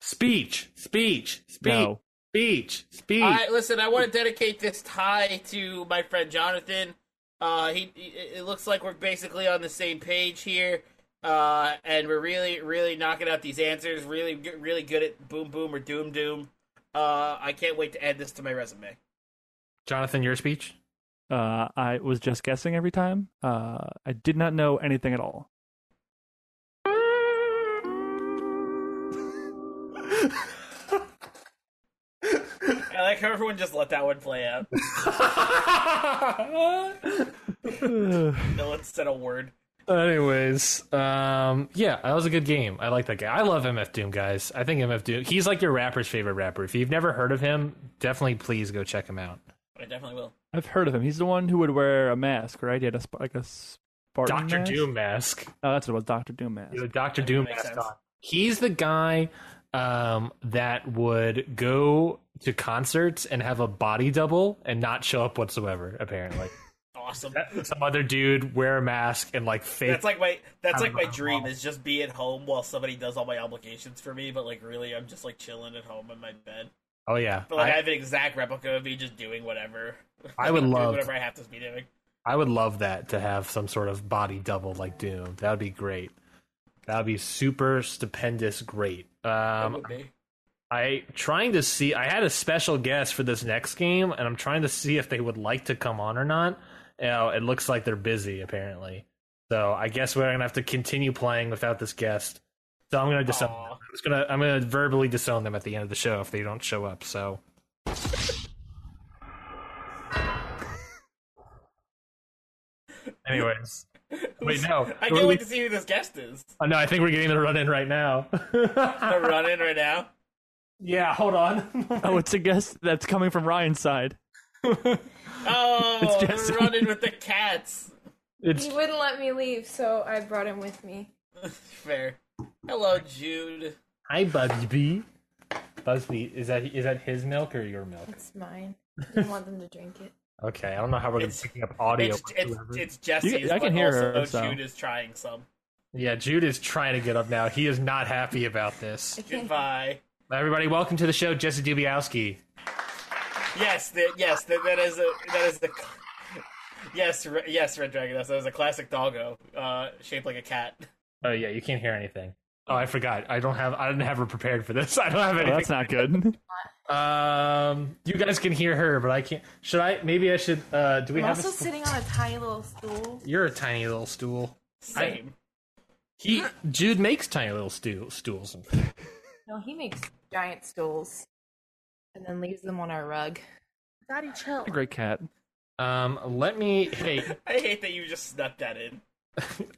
[SPEAKER 1] Speech, speech, speech,
[SPEAKER 3] No.
[SPEAKER 1] speech, speech.
[SPEAKER 2] I, listen, I want to dedicate this tie to my friend Jonathan. Uh, he, he- it looks like we're basically on the same page here, uh, and we're really, really knocking out these answers. Really, g- really good at boom, boom, or doom, doom. Uh, I can't wait to add this to my resume.
[SPEAKER 1] Jonathan, your speech. <laughs>
[SPEAKER 3] Uh, I was just guessing every time. Uh, I did not know anything at all.
[SPEAKER 2] I like how everyone just let that one play out. <laughs> no one said a word.
[SPEAKER 1] Anyways, um, yeah, that was a good game. I like that guy. I love MF Doom, guys. I think MF Doom. He's like your rapper's favorite rapper. If you've never heard of him, definitely please go check him out.
[SPEAKER 2] I definitely will.
[SPEAKER 3] I've heard of him. He's the one who would wear a mask, right? He had a sp- like a Spartan
[SPEAKER 1] Doctor
[SPEAKER 3] mask?
[SPEAKER 1] Doom mask.
[SPEAKER 3] Oh, that's what it was. Doctor Doom mask.
[SPEAKER 1] The Doctor Doom
[SPEAKER 2] makes
[SPEAKER 1] mask
[SPEAKER 2] sense.
[SPEAKER 1] on. He's the guy um, that would go to concerts and have a body double and not show up whatsoever.
[SPEAKER 2] <laughs>
[SPEAKER 1] Apparently,
[SPEAKER 2] Awesome.
[SPEAKER 1] some other dude wear a mask and like fake.
[SPEAKER 2] That's like my that's
[SPEAKER 1] I
[SPEAKER 2] like my
[SPEAKER 1] love
[SPEAKER 2] dream
[SPEAKER 1] all-
[SPEAKER 2] is just be at home while somebody does all my obligations for me, but like really I'm just like chilling at home in my bed.
[SPEAKER 1] oh
[SPEAKER 2] <laughs>
[SPEAKER 1] yeah,
[SPEAKER 2] But like I,
[SPEAKER 1] I-
[SPEAKER 2] have an exact replica of me just doing whatever. <laughs>
[SPEAKER 1] I would
[SPEAKER 2] Doing
[SPEAKER 1] love-
[SPEAKER 2] whatever I have to be doing.
[SPEAKER 1] I would love that to have some sort of body double like Doom. That would be great. That would be super stupendous, great.
[SPEAKER 2] That
[SPEAKER 1] Um,
[SPEAKER 2] would be.
[SPEAKER 1] I trying to see. I had a special guest for this next game, and I'm trying to see if they would like to come on or not. You know, it looks like they're busy apparently, so I guess we're gonna have to continue playing without this guest. So I'm gonna disown.
[SPEAKER 2] Aw.
[SPEAKER 1] Them. I'm just gonna I'm gonna verbally disown them at the end of the show if they don't show up. So <laughs> Anyways. Wait, no.
[SPEAKER 2] I
[SPEAKER 1] Wait,
[SPEAKER 2] can't wait to see who this guest is.
[SPEAKER 1] Oh, no, I think we're getting the run in right now. <laughs>
[SPEAKER 2] I'm running right now.
[SPEAKER 1] yeah, hold on. <laughs>
[SPEAKER 3] Oh, it's a guess that's coming from Ryan's side.
[SPEAKER 2] Oh,
[SPEAKER 3] It's
[SPEAKER 2] I'm
[SPEAKER 3] Jesse.
[SPEAKER 2] running with the cats. <laughs>
[SPEAKER 1] it's
[SPEAKER 6] He wouldn't let me leave, so I brought him with me.
[SPEAKER 2] Fair. Hello, Jude.
[SPEAKER 1] hi Bugsby. Bugsby, is that is that his milk or your milk?
[SPEAKER 6] It's mine. I didn't want them to drink
[SPEAKER 1] <laughs>
[SPEAKER 6] it.
[SPEAKER 1] Okay, I don't know how we're
[SPEAKER 2] It's-
[SPEAKER 1] picking up audio.
[SPEAKER 2] It's it's,
[SPEAKER 1] whatsoever.
[SPEAKER 2] it's Jesse's,
[SPEAKER 3] You- I
[SPEAKER 2] but
[SPEAKER 3] can hear
[SPEAKER 2] also
[SPEAKER 3] her, so.
[SPEAKER 2] Jude is trying some.
[SPEAKER 1] yeah, Jude is trying to get up now. He is not happy about this.
[SPEAKER 6] I can't.
[SPEAKER 2] Goodbye.
[SPEAKER 1] Everybody, welcome to the show, Jesse Dubiowski.
[SPEAKER 2] Yes, the, yes, that that is a that is the <laughs> yes, re, yes, Red Dragon. That was a classic doggo, uh, shaped like a cat.
[SPEAKER 1] Oh yeah, you can't hear anything. Oh, I forgot. I don't have. I didn't have her prepared for this. <laughs> I don't have
[SPEAKER 3] Oh,
[SPEAKER 1] anything.
[SPEAKER 3] that's not <laughs> good.
[SPEAKER 1] Um, you guys can hear her, but I can't. Should I? Maybe I should. Uh, do we
[SPEAKER 6] I'm
[SPEAKER 1] have? a
[SPEAKER 6] also
[SPEAKER 1] sp-
[SPEAKER 6] sitting on a tiny little stool.
[SPEAKER 1] You're a tiny little stool.
[SPEAKER 2] Same.
[SPEAKER 1] He Jude makes tiny little stu- stools.
[SPEAKER 6] No, he makes giant stools and then leaves them on our rug. Daddy, chill.
[SPEAKER 3] Great cat.
[SPEAKER 1] Um, let me. Hey,
[SPEAKER 2] I, hate that you just snuck that in.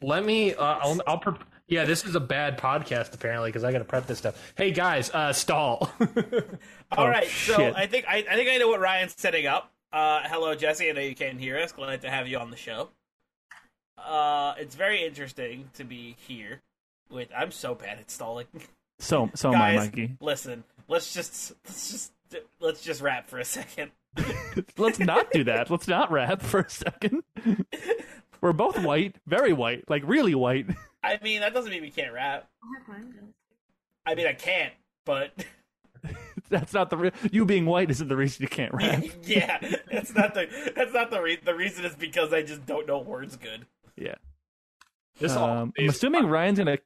[SPEAKER 1] let me. Uh, I'll. I'll pre- yeah, this is a bad podcast apparently because I got to prep this stuff. Hey guys, uh, stall. <laughs>
[SPEAKER 2] All right,
[SPEAKER 3] Oh, shit.
[SPEAKER 2] so I think I, I think I know what Ryan's setting up. Uh, hello, Jesse. I know you can't hear us. Glad to have you on the show. Uh, it's very interesting to be here. With I'm so bad at stalling.
[SPEAKER 3] So so am
[SPEAKER 2] <laughs>
[SPEAKER 3] I,
[SPEAKER 2] Guys,
[SPEAKER 3] Oh, Mikey.
[SPEAKER 2] listen. Let's just let's just let's just rap for a <laughs> second.
[SPEAKER 3] Let's not do that. Let's not rap for a second. We're both white, very white, like really white. <laughs>
[SPEAKER 2] I mean, that doesn't mean we can't rap. I mean, I can't, but. <laughs>
[SPEAKER 3] That's not the re- you being white isn't the reason you
[SPEAKER 1] <laughs>
[SPEAKER 3] can't rap.
[SPEAKER 2] yeah, that's not the that's not the re- the reason is because I just don't know words good.
[SPEAKER 3] Yeah.
[SPEAKER 1] this all.
[SPEAKER 3] Um, I'm assuming Ryan's gonna.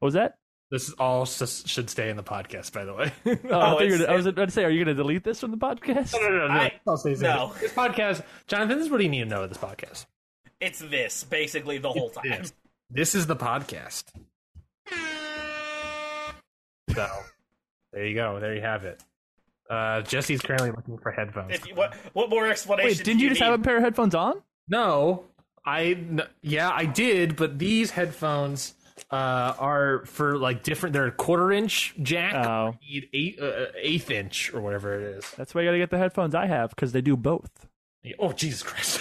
[SPEAKER 3] What was that?
[SPEAKER 1] This is all s- should stay in the podcast. By the way.
[SPEAKER 3] Oh, I,
[SPEAKER 2] Oh,
[SPEAKER 3] figured,
[SPEAKER 2] it's-
[SPEAKER 3] I was about to say, are you gonna delete this from the podcast?
[SPEAKER 1] no, no.
[SPEAKER 2] I-
[SPEAKER 1] I'll say this.
[SPEAKER 2] no.
[SPEAKER 1] This podcast, Jonathan, this is what you need to know of this podcast.
[SPEAKER 2] It's this basically the whole time.
[SPEAKER 1] This, this is the podcast. So, there you go. There you have it. Uh, Jesse's currently looking for headphones.
[SPEAKER 2] If you, what what more explanation?
[SPEAKER 3] Wait,
[SPEAKER 2] do
[SPEAKER 3] didn't you just
[SPEAKER 2] need?
[SPEAKER 3] have a pair of headphones on?
[SPEAKER 1] No, I n- yeah, I did, but these headphones uh, are for like different. They're a quarter inch jack.
[SPEAKER 3] Oh.
[SPEAKER 1] I need eight, uh, eighth inch or whatever it is.
[SPEAKER 3] That's why you gotta get the headphones I have because they do both.
[SPEAKER 1] Yeah, Oh Jesus Christ!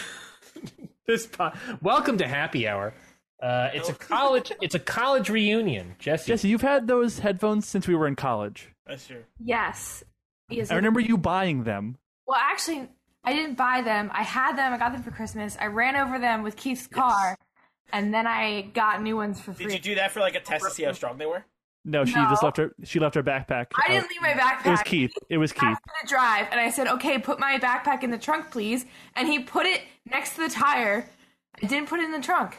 [SPEAKER 1] <laughs> this po- welcome to Happy Hour. Uh, it's a college. It's a college reunion, Jesse.
[SPEAKER 3] Jesse, you've had those headphones since we were in college.
[SPEAKER 2] Uh, That's true.
[SPEAKER 6] Yes. Yes.
[SPEAKER 3] I remember you buying them.
[SPEAKER 6] Well, actually, I didn't buy them. I had them. I got them for Christmas. I ran over them with Keith's car, and then I got new ones for free.
[SPEAKER 2] Did you do that for like a test to see how strong they were?
[SPEAKER 3] No, she just
[SPEAKER 6] No.
[SPEAKER 3] left her. She left her backpack.
[SPEAKER 6] I
[SPEAKER 3] out.
[SPEAKER 6] didn't leave my backpack.
[SPEAKER 3] It was Keith. It
[SPEAKER 6] <laughs>
[SPEAKER 3] was Keith.
[SPEAKER 6] asked me to drive, and I said, "Okay, put my backpack in the trunk, please." And he put it next to the tire. I didn't put it in the trunk.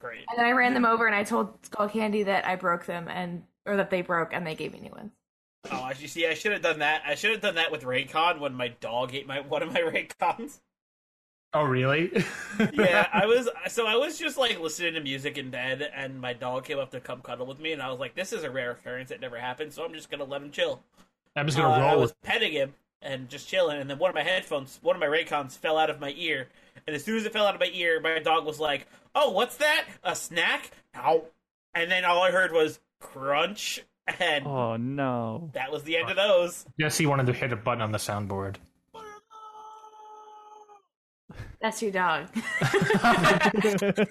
[SPEAKER 2] Great.
[SPEAKER 6] And then I ran them over, and I told Skull Candy that I broke them, and or that they broke, and they gave me new ones.
[SPEAKER 2] Oh, I- you see, I should have done that. I should have done that with Raycon when my dog ate my one of my <laughs> Raycons.
[SPEAKER 1] Oh, really? <laughs>
[SPEAKER 2] yeah, I was so I was just like listening to music in bed, and my dog came up to come cuddle with me, and I was like, "This is a rare occurrence that never happens, so I'm just gonna let him chill."
[SPEAKER 1] I'm just gonna
[SPEAKER 2] Uh, I
[SPEAKER 1] roll
[SPEAKER 2] was
[SPEAKER 1] with.
[SPEAKER 2] petting him and just chilling, and then one of my headphones, one of my Raycons, fell out of my ear, and as soon as it fell out of my ear, my dog was like, "Oh, what's that? A snack?" Ow! And then all I heard was crunch, and
[SPEAKER 3] Oh no!
[SPEAKER 2] that was the end of those.
[SPEAKER 1] <laughs> Jesse wanted to hit a button on the soundboard.
[SPEAKER 6] That's your dog. <laughs>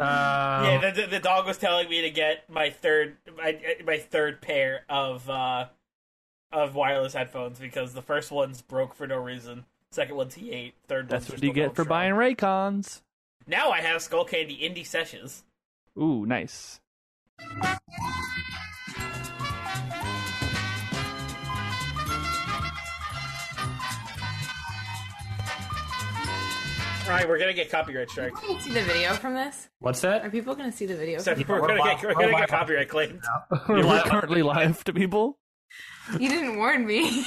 [SPEAKER 1] Uh,
[SPEAKER 3] Oh.
[SPEAKER 2] Yeah, the, the, the dog was telling me to get my third my, my third pair of uh of wireless headphones because the first ones broke for no reason. Second one's he ate. Third
[SPEAKER 3] That's
[SPEAKER 2] one's
[SPEAKER 3] what
[SPEAKER 2] just
[SPEAKER 3] you
[SPEAKER 2] a
[SPEAKER 3] get
[SPEAKER 2] little
[SPEAKER 3] for
[SPEAKER 2] strong.
[SPEAKER 3] buying Raycons.
[SPEAKER 2] Now I have Skull Candy indie sessions.
[SPEAKER 3] Ooh, nice.
[SPEAKER 2] All right, we're gonna get copyright strike.
[SPEAKER 6] Can you see the video from this?
[SPEAKER 1] What's
[SPEAKER 6] Are
[SPEAKER 1] that?
[SPEAKER 6] people going to see the video?
[SPEAKER 2] So
[SPEAKER 6] from-
[SPEAKER 2] we're gonna get we're gonna get copyright claimed.
[SPEAKER 3] You're currently live to people.
[SPEAKER 6] You didn't warn me.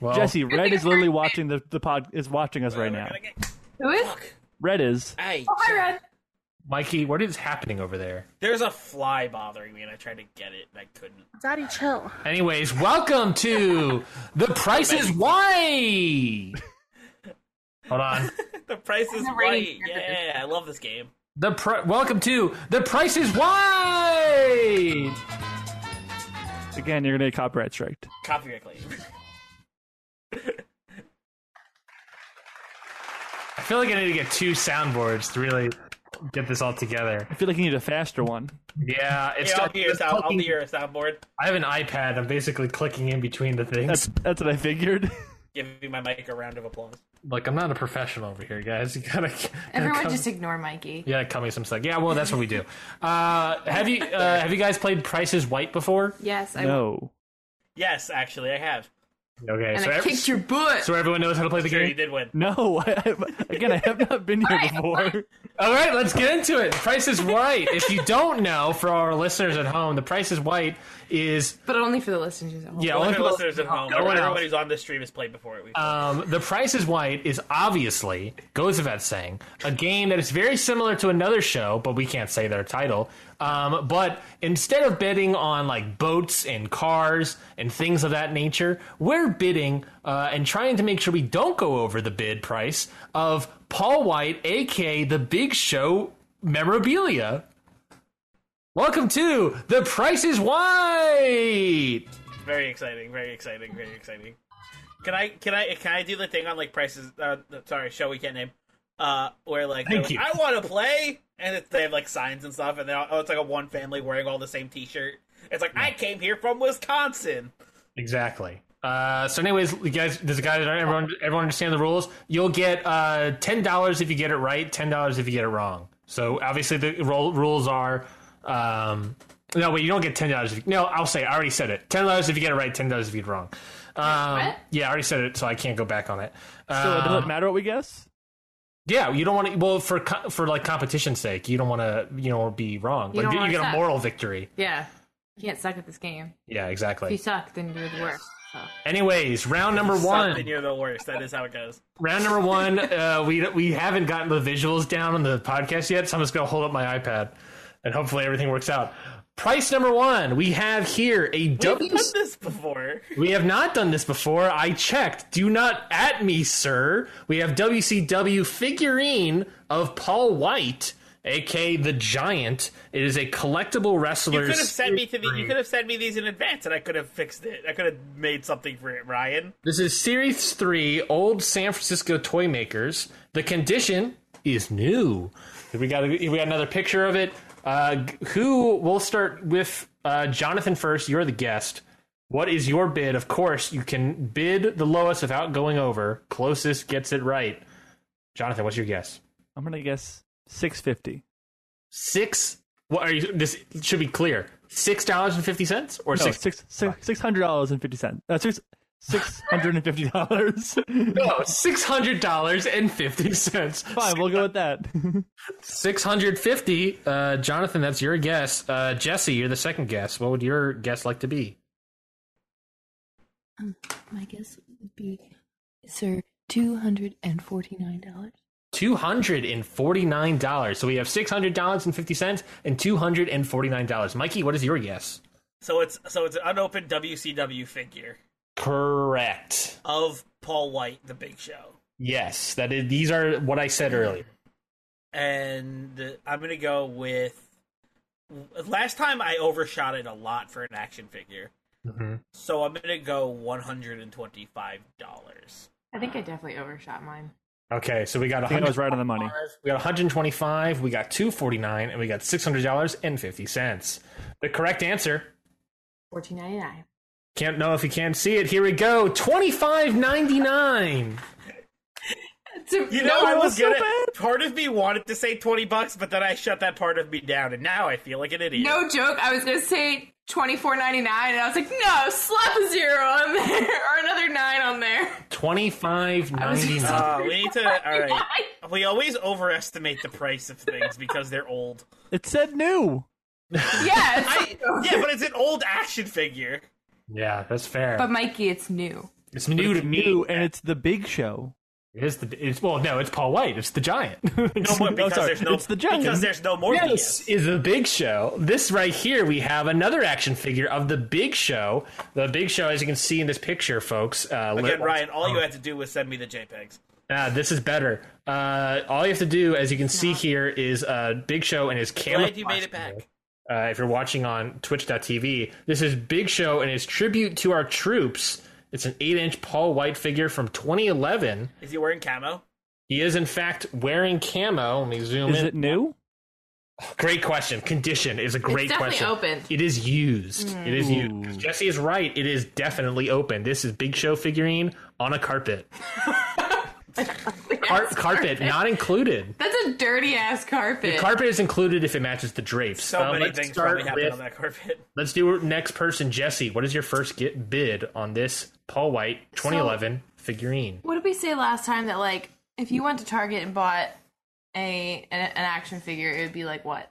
[SPEAKER 1] Well,
[SPEAKER 3] Jesse, Red is literally watching the, the pod is watching us right now.
[SPEAKER 6] Who is?
[SPEAKER 3] Red is.
[SPEAKER 2] Hey,
[SPEAKER 6] Oh, hi, Red.
[SPEAKER 1] Mikey, what is happening over there?
[SPEAKER 2] there's a fly bothering me, and I tried to get it, and I couldn't. <laughs>
[SPEAKER 7] Daddy, chill.
[SPEAKER 1] Anyways, welcome to <laughs> The Price is Why. <laughs> Hold on.
[SPEAKER 2] The price is
[SPEAKER 6] the
[SPEAKER 2] right.
[SPEAKER 6] rating
[SPEAKER 2] Yeah, I love this game.
[SPEAKER 1] The pri- welcome to The Price is Why.
[SPEAKER 3] Again, you're gonna get copyright striked.
[SPEAKER 2] Copyright claim.
[SPEAKER 1] I feel like I need to get two soundboards to really get this all together.
[SPEAKER 3] I feel like you need a faster one.
[SPEAKER 1] Yeah, it's
[SPEAKER 2] Yeah, I'll be your
[SPEAKER 1] it's
[SPEAKER 2] sound. I'll
[SPEAKER 1] clicking-
[SPEAKER 2] be your soundboard.
[SPEAKER 1] I have an iPad. I'm basically clicking in between the
[SPEAKER 3] That's
[SPEAKER 1] things.
[SPEAKER 3] that's what I figured.
[SPEAKER 2] Giving my mic a round of applause.
[SPEAKER 1] Like I'm not a professional over here, guys. <laughs> You gotta, gotta
[SPEAKER 6] Everyone
[SPEAKER 1] come-
[SPEAKER 6] just ignore Mikey.
[SPEAKER 1] you gotta cut me some slack. Yeah, well, that's what we do. Uh, have you uh, have you guys played Price is White before?
[SPEAKER 6] Yes, <laughs> I
[SPEAKER 3] no.
[SPEAKER 2] Yes, actually,
[SPEAKER 1] <laughs>
[SPEAKER 2] I have.
[SPEAKER 1] Okay,
[SPEAKER 6] and
[SPEAKER 1] so
[SPEAKER 6] I
[SPEAKER 1] every-
[SPEAKER 6] kicked your butt.
[SPEAKER 1] so everyone knows how to play the
[SPEAKER 2] Sure, you
[SPEAKER 1] game.
[SPEAKER 2] did win.
[SPEAKER 3] No, <laughs> I, I- again, I have not been here before.
[SPEAKER 1] All right, let's get into it. Price is White. if you don't know, for our listeners at home, the Price is White is
[SPEAKER 6] but only for the listeners at home.
[SPEAKER 1] yeah.
[SPEAKER 2] All
[SPEAKER 1] Only
[SPEAKER 2] the
[SPEAKER 1] people-
[SPEAKER 2] listeners at home,
[SPEAKER 1] no one else.
[SPEAKER 2] everybody who's on this stream has played before it. We've-
[SPEAKER 1] Um, the Price is White is obviously, goes without saying, a game that is very similar to another show, but we can't say their title. Um, but instead of bidding on like boats and cars and things of that nature, we're bidding uh, and trying to make sure we don't go over the bid price of Paul White, aka the Big Show memorabilia. Welcome to The Price is White.
[SPEAKER 2] Very exciting. Very exciting. Very exciting. Can I? Can I? Can I do the thing on like prices? Uh, sorry, show we can't name. Uh, where like, they're
[SPEAKER 1] Thank
[SPEAKER 2] like,
[SPEAKER 1] you.
[SPEAKER 2] I want to play, and it's, they have like signs and stuff, and they all, oh, it's like a one family wearing all the same T-shirt. It's like I came here from Wisconsin.
[SPEAKER 1] Exactly. Uh, so, anyways, you guys, does a guy that everyone everyone understand the rules? You'll get uh, ten dollars if you get it right, ten dollars if you get it wrong. So obviously the ro- rules are. Um, no, wait, you don't get ten dollars. No, I'll say I already said it. Ten dollars if you get it right, ten dollars if you get it wrong. Um,
[SPEAKER 6] What?
[SPEAKER 1] yeah, I already said it, so I can't go back on it.
[SPEAKER 3] So it
[SPEAKER 1] Um,
[SPEAKER 3] doesn't matter what we guess.
[SPEAKER 1] yeah, you don't want to. Well, for co- for like competition's sake, you don't want to. You don't want to be wrong.
[SPEAKER 6] You
[SPEAKER 1] Like,
[SPEAKER 6] don't
[SPEAKER 1] you
[SPEAKER 6] wanna
[SPEAKER 1] get a
[SPEAKER 6] suck.
[SPEAKER 1] moral victory.
[SPEAKER 6] Yeah. You can't suck at this game.
[SPEAKER 1] Yeah,
[SPEAKER 6] If you
[SPEAKER 1] exactly.
[SPEAKER 6] suck, then you're the worst. So.
[SPEAKER 1] Anyways, round number one.
[SPEAKER 2] Something you're the worst. That is how it goes.
[SPEAKER 1] Round number one, uh, we we haven't gotten the visuals down on the podcast yet, so I'm just gonna hold up my iPad, and hopefully everything works out. Price number one, we have here a
[SPEAKER 2] I've
[SPEAKER 1] W.
[SPEAKER 2] done this before.
[SPEAKER 1] We have not done this before. I checked. Do not at me, sir. We have WCW figurine of Paul White, aka the Giant. It is a collectible
[SPEAKER 2] You
[SPEAKER 1] wrestler's.
[SPEAKER 2] could have sent me to the. You could have sent me these in advance, and I could have fixed it. I could have made something for it, Ryan.
[SPEAKER 1] This is Series 3, old San Francisco toy makers. The condition is new. We got, we got another picture of it. Uh, who, we'll start with uh, Jonathan first. You're the guest. What is your bid? Of course, you can bid the lowest without going over. Closest gets it right. Jonathan, what's your guess?
[SPEAKER 3] I'm gonna guess six fifty.
[SPEAKER 1] Six. What are you? This should be clear. Six dollars and fifty cents, or
[SPEAKER 3] No,
[SPEAKER 1] six?
[SPEAKER 3] six six six hundred dollars and fifty cents. Uh, six
[SPEAKER 1] <laughs>
[SPEAKER 3] six hundred and fifty dollars.
[SPEAKER 1] No, six hundred dollars and fifty cents.
[SPEAKER 3] <laughs> Fine, we'll go with that.
[SPEAKER 1] Six hundred fifty. Uh, Jonathan, that's your guess. Uh, Jesse, you're the second guess. What would your guess like to be?
[SPEAKER 7] Um, my guess would be, sir, two hundred and forty-nine dollars.
[SPEAKER 1] Two hundred and forty-nine dollars. So we have six hundred dollars and fifty cents and two hundred and forty-nine dollars. Mikey, what is your guess?
[SPEAKER 2] So it's so it's an unopened WCW figure
[SPEAKER 1] Correct.
[SPEAKER 2] of Paul White, the Big Show,
[SPEAKER 1] Yes, that is. These are what I said earlier.
[SPEAKER 2] and I'm gonna go with. Last time I overshot it a lot for an action figure, so I'm gonna go one hundred and twenty-five dollars.
[SPEAKER 6] I think I definitely overshot mine.
[SPEAKER 1] Okay, so we got.
[SPEAKER 3] I think I was right on the money.
[SPEAKER 1] We got 125, we got 249, and we got $600.50. The correct answer,
[SPEAKER 6] Fourteen ninety nine.
[SPEAKER 1] can't know if you can't see it. Here we go. 25.99.
[SPEAKER 2] You know, I was
[SPEAKER 3] so
[SPEAKER 2] gonna. Part of me wanted to say twenty bucks, but then I shut that part of me down, and now I feel like an idiot.
[SPEAKER 6] No joke. I was gonna say twenty four ninety nine, and I was like, no, slap a zero on <laughs> there or another nine on there.
[SPEAKER 1] 25.99.
[SPEAKER 2] <laughs> Uh, we need to. All right. We always overestimate the price of things because they're old.
[SPEAKER 3] It said new.
[SPEAKER 6] Yes.
[SPEAKER 2] I, yeah, but it's an old action figure.
[SPEAKER 1] Yeah, that's fair.
[SPEAKER 6] but Mikey, it's new.
[SPEAKER 1] it's new to me.
[SPEAKER 3] New, and it's the Big Show.
[SPEAKER 1] It's the it's well, no, it's Paul White. It's the <laughs> giant.
[SPEAKER 2] No, but because
[SPEAKER 3] sorry.
[SPEAKER 2] there's no
[SPEAKER 3] It's the giant.
[SPEAKER 2] because there's no more.
[SPEAKER 1] This is the Big Show. This right here, we have another action figure of the Big Show. The Big Show, as you can see in this picture, folks. Uh,
[SPEAKER 2] Again,
[SPEAKER 1] li-
[SPEAKER 2] Ryan, all you had to do was send me the JPEGs.
[SPEAKER 1] Ah, this is better. Uh, all you have to do, as you can see here, is uh, Big Show and his camera.
[SPEAKER 2] Glad you made it back.
[SPEAKER 1] Uh, if you're watching on Twitch.tv, this is Big Show and his tribute to our troops. It's an eight-inch Paul White figure from 2011.
[SPEAKER 2] Is he wearing camo?
[SPEAKER 1] He is, in fact, wearing camo. Let me zoom
[SPEAKER 3] Is
[SPEAKER 1] in.
[SPEAKER 3] it new?
[SPEAKER 1] Great question. Condition is a great
[SPEAKER 6] definitely
[SPEAKER 1] question.
[SPEAKER 6] open.
[SPEAKER 1] It is used. It is used. 'Cause Jesse is right. It is definitely open. This is Big Show figurine on a carpet. Car- carpet not included.
[SPEAKER 6] That's a dirty ass carpet.
[SPEAKER 1] The carpet is included if it matches the drapes.
[SPEAKER 2] So
[SPEAKER 1] Um,
[SPEAKER 2] many
[SPEAKER 1] let's
[SPEAKER 2] things
[SPEAKER 1] start
[SPEAKER 2] probably happened
[SPEAKER 1] with-
[SPEAKER 2] on that carpet.
[SPEAKER 1] Let's do next person, Jesse. What is your first get bid on this Paul White 2011 figurine?
[SPEAKER 6] what did we say last time that like if you went to Target and bought a an, an action figure, it would be like what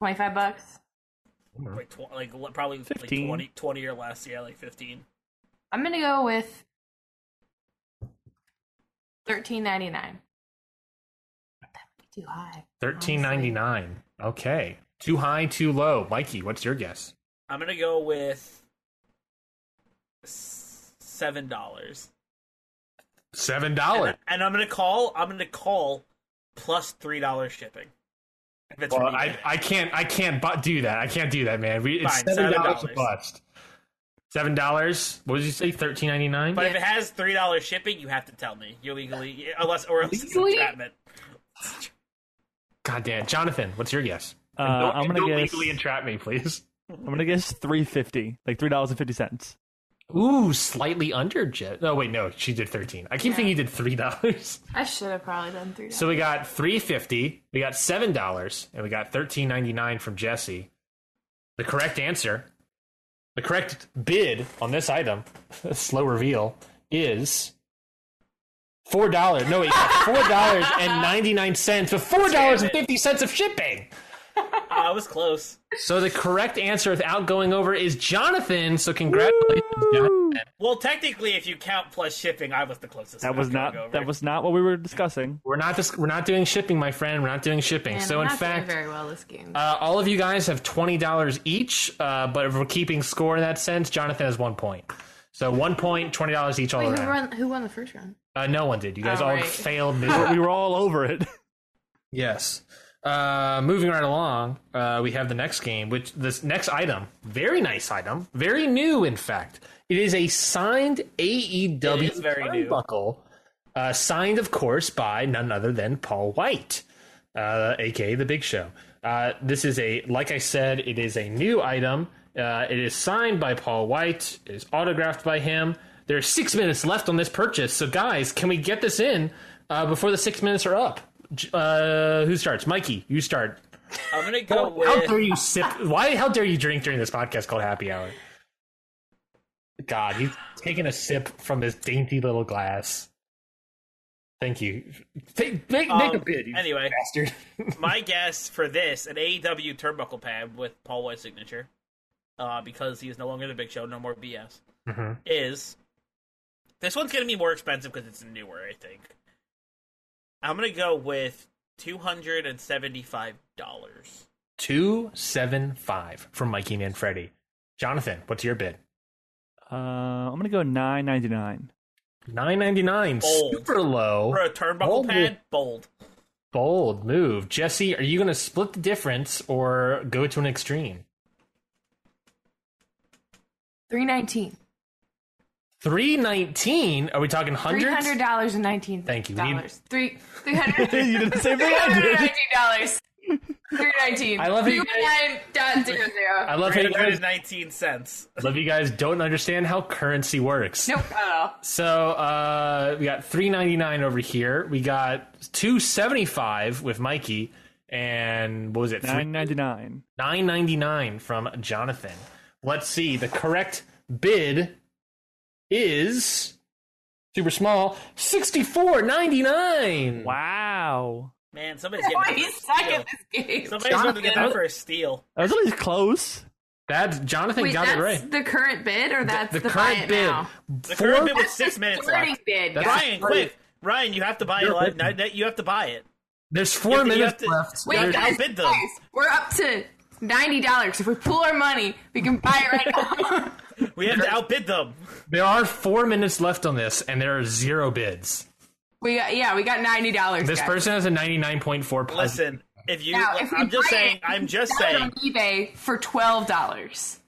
[SPEAKER 6] twenty five bucks?
[SPEAKER 1] Hmm.
[SPEAKER 2] Like, tw- like l- probably like
[SPEAKER 3] 15.
[SPEAKER 2] 20, 20 or less. Yeah, like fifteen.
[SPEAKER 6] I'm gonna go with thirteen ninety nine. That would be too high.
[SPEAKER 1] 13.99. Okay, too high, too low. Mikey, what's your guess?
[SPEAKER 2] I'm gonna go with s- seven dollars.
[SPEAKER 1] Seven dollars.
[SPEAKER 2] And, and I'm gonna call. I'm gonna call plus three dollars shipping. If it's
[SPEAKER 1] Well,
[SPEAKER 2] from
[SPEAKER 1] I,
[SPEAKER 2] eBay.
[SPEAKER 1] I can't I can't bu- do that. I can't do that, man. We, it's
[SPEAKER 2] Fine,
[SPEAKER 1] seven dollars
[SPEAKER 2] $7.
[SPEAKER 1] a bust. Seven dollars. What did you say? Thirteen ninety nine.
[SPEAKER 2] but if it has three dollars shipping, you have to tell me. You legally, unless or else it's
[SPEAKER 6] Legally?
[SPEAKER 2] entrapment.
[SPEAKER 1] God damn, Jonathan, what's your guess?
[SPEAKER 3] Uh,
[SPEAKER 1] And don't
[SPEAKER 3] I'm gonna
[SPEAKER 1] don't
[SPEAKER 3] guess.
[SPEAKER 1] legally entrap me, please.
[SPEAKER 3] I'm gonna guess three fifty, like three dollars and fifty cents.
[SPEAKER 1] Ooh, slightly under Jet. No, wait, no, she did thirteen. I keep thinking you did three <laughs> dollars.
[SPEAKER 6] I should have probably done three.
[SPEAKER 1] So we got three fifty, we got seven dollars, and we got thirteen ninety nine from Jesse. The correct answer, the correct bid on this item, <laughs> slow reveal is four dollars. No, wait, <laughs> four dollars and ninety nine cents with four dollars and fifty cents of shipping.
[SPEAKER 2] I was close.
[SPEAKER 1] So the correct answer without going over is Jonathan. So congratulations, Jonathan.
[SPEAKER 2] Well, technically, if you count plus shipping, I was the closest.
[SPEAKER 3] That was
[SPEAKER 2] Okay, I'll
[SPEAKER 3] not.
[SPEAKER 2] go over.
[SPEAKER 3] That was not what we were discussing.
[SPEAKER 1] We're not just, we're not doing shipping, my friend. We're not doing shipping.
[SPEAKER 6] Man,
[SPEAKER 1] so
[SPEAKER 6] I'm
[SPEAKER 1] in
[SPEAKER 6] not doing
[SPEAKER 1] fact,
[SPEAKER 6] very well this game.
[SPEAKER 1] Uh, all of you guys have twenty dollars each, uh, but if we're keeping score in that sense, Jonathan has one point. So one point, twenty dollars each all
[SPEAKER 6] Wait, who
[SPEAKER 1] around.
[SPEAKER 6] won? Who won the first round?
[SPEAKER 1] Uh, no one did. You guys
[SPEAKER 6] Oh,
[SPEAKER 1] all,
[SPEAKER 6] right. <laughs>
[SPEAKER 1] failed.
[SPEAKER 3] We
[SPEAKER 1] miserably.
[SPEAKER 3] were all over it. <laughs>
[SPEAKER 1] yes. Uh, moving right along, uh, we have the next game, which this next item, very nice item, very new, in fact. It is a signed AEW
[SPEAKER 2] It is very new.
[SPEAKER 1] buckle, uh, signed, of course, by none other than Paul White, uh, aka The Big Show. Uh, this is a, like I said, it is a new item. Uh, it is signed by Paul White. It is autographed by him. There are six minutes left on this purchase, so guys, can we get this in uh, before the six minutes are up? J- Uh, who starts? Mikey, you start.
[SPEAKER 2] I'm gonna go
[SPEAKER 1] How
[SPEAKER 2] with.
[SPEAKER 1] dare you sip? Why? How dare you drink during this podcast called Happy Hour? God, he's taking a sip from this dainty little glass. Thank you. Take, make, make a
[SPEAKER 2] Um,
[SPEAKER 1] bid, you
[SPEAKER 2] anyway.
[SPEAKER 1] bastard. <laughs>
[SPEAKER 2] my guess for this an AEW turnbuckle pad with Paul White's signature, uh, because he is no longer the Big Show, no more BS.
[SPEAKER 1] Mhm.
[SPEAKER 2] Is this one's going to be more expensive because it's newer? I think I'm going to go with two hundred and seventy-five dollars.
[SPEAKER 1] Two seven five from Mikey and Freddy. Jonathan, what's your bid?
[SPEAKER 3] Uh, I'm gonna go nine ninety nine.
[SPEAKER 1] Nine ninety nine.
[SPEAKER 2] Bold.
[SPEAKER 1] Super low.
[SPEAKER 2] For a turnbuckle
[SPEAKER 1] Bold move.
[SPEAKER 2] pad, bold.
[SPEAKER 1] Bold move. Jesse, are you going to split the difference or go to an extreme?
[SPEAKER 6] Three nineteen.
[SPEAKER 1] Three nineteen. Are we talking
[SPEAKER 6] Three
[SPEAKER 1] hundreds?
[SPEAKER 6] hundred dollars and nineteen.
[SPEAKER 1] Thank you. We need-
[SPEAKER 6] Dollars. Three
[SPEAKER 1] <laughs>
[SPEAKER 6] three hundred.
[SPEAKER 3] you did the same thing I
[SPEAKER 6] Three
[SPEAKER 3] did.
[SPEAKER 6] nineteen dollars. Three nineteen.
[SPEAKER 1] I love it.
[SPEAKER 6] dot zero zero.
[SPEAKER 1] I love how
[SPEAKER 2] Three
[SPEAKER 1] you
[SPEAKER 2] hundred
[SPEAKER 1] guys,
[SPEAKER 2] and nineteen cents.
[SPEAKER 1] love you guys don't understand how currency works.
[SPEAKER 6] <laughs> Nope. Not at all.
[SPEAKER 1] So uh, we got three ninety nine over here. We got two seventy five with Mikey, and what was it?
[SPEAKER 3] Nine ninety nine.
[SPEAKER 1] Nine ninety nine from Jonathan. Let's see. The correct bid is super small sixty four ninety nine.
[SPEAKER 3] Wow,
[SPEAKER 2] Man, somebody's getting
[SPEAKER 6] Boy,
[SPEAKER 2] that
[SPEAKER 6] he's
[SPEAKER 2] for
[SPEAKER 6] suck
[SPEAKER 2] a steal.
[SPEAKER 6] at this game.
[SPEAKER 2] Somebody's going to get
[SPEAKER 1] Jonathan.
[SPEAKER 2] that for a steal.
[SPEAKER 3] that was at least close.
[SPEAKER 1] That's Jonathan
[SPEAKER 6] Wait,
[SPEAKER 1] got
[SPEAKER 6] that's
[SPEAKER 1] it right.
[SPEAKER 6] the current bid, or that's the,
[SPEAKER 1] the,
[SPEAKER 6] buy
[SPEAKER 1] current
[SPEAKER 6] it
[SPEAKER 1] bid.
[SPEAKER 6] now?
[SPEAKER 2] The
[SPEAKER 1] Four-
[SPEAKER 2] current bid was six minutes
[SPEAKER 6] Starting
[SPEAKER 2] left.
[SPEAKER 6] bid.
[SPEAKER 1] That's-
[SPEAKER 6] guys.
[SPEAKER 2] Ryan, quick, Ryan, you have to buy it.
[SPEAKER 1] You're
[SPEAKER 2] Live.
[SPEAKER 1] listening.
[SPEAKER 2] No, You have to buy it.
[SPEAKER 1] There's
[SPEAKER 2] You
[SPEAKER 1] four
[SPEAKER 2] have to- you
[SPEAKER 1] minutes
[SPEAKER 2] have to-
[SPEAKER 1] left.
[SPEAKER 6] Wait,
[SPEAKER 1] There's-
[SPEAKER 2] I'll
[SPEAKER 6] guys,
[SPEAKER 2] bid them.
[SPEAKER 6] guys, we're up to ninety dollars. If we pool our money, we can buy it right now. <laughs>
[SPEAKER 2] We have to outbid them.
[SPEAKER 1] there are four minutes left on this, and there are zero bids.
[SPEAKER 6] we got, yeah, we got ninety dollars.
[SPEAKER 1] This person has a ninety nine point four.
[SPEAKER 2] Listen, if you,
[SPEAKER 6] Now, if we
[SPEAKER 2] I'm just
[SPEAKER 6] buy it,
[SPEAKER 2] saying, I'm just
[SPEAKER 6] sell it on
[SPEAKER 2] saying,
[SPEAKER 6] eBay for twelve dollars.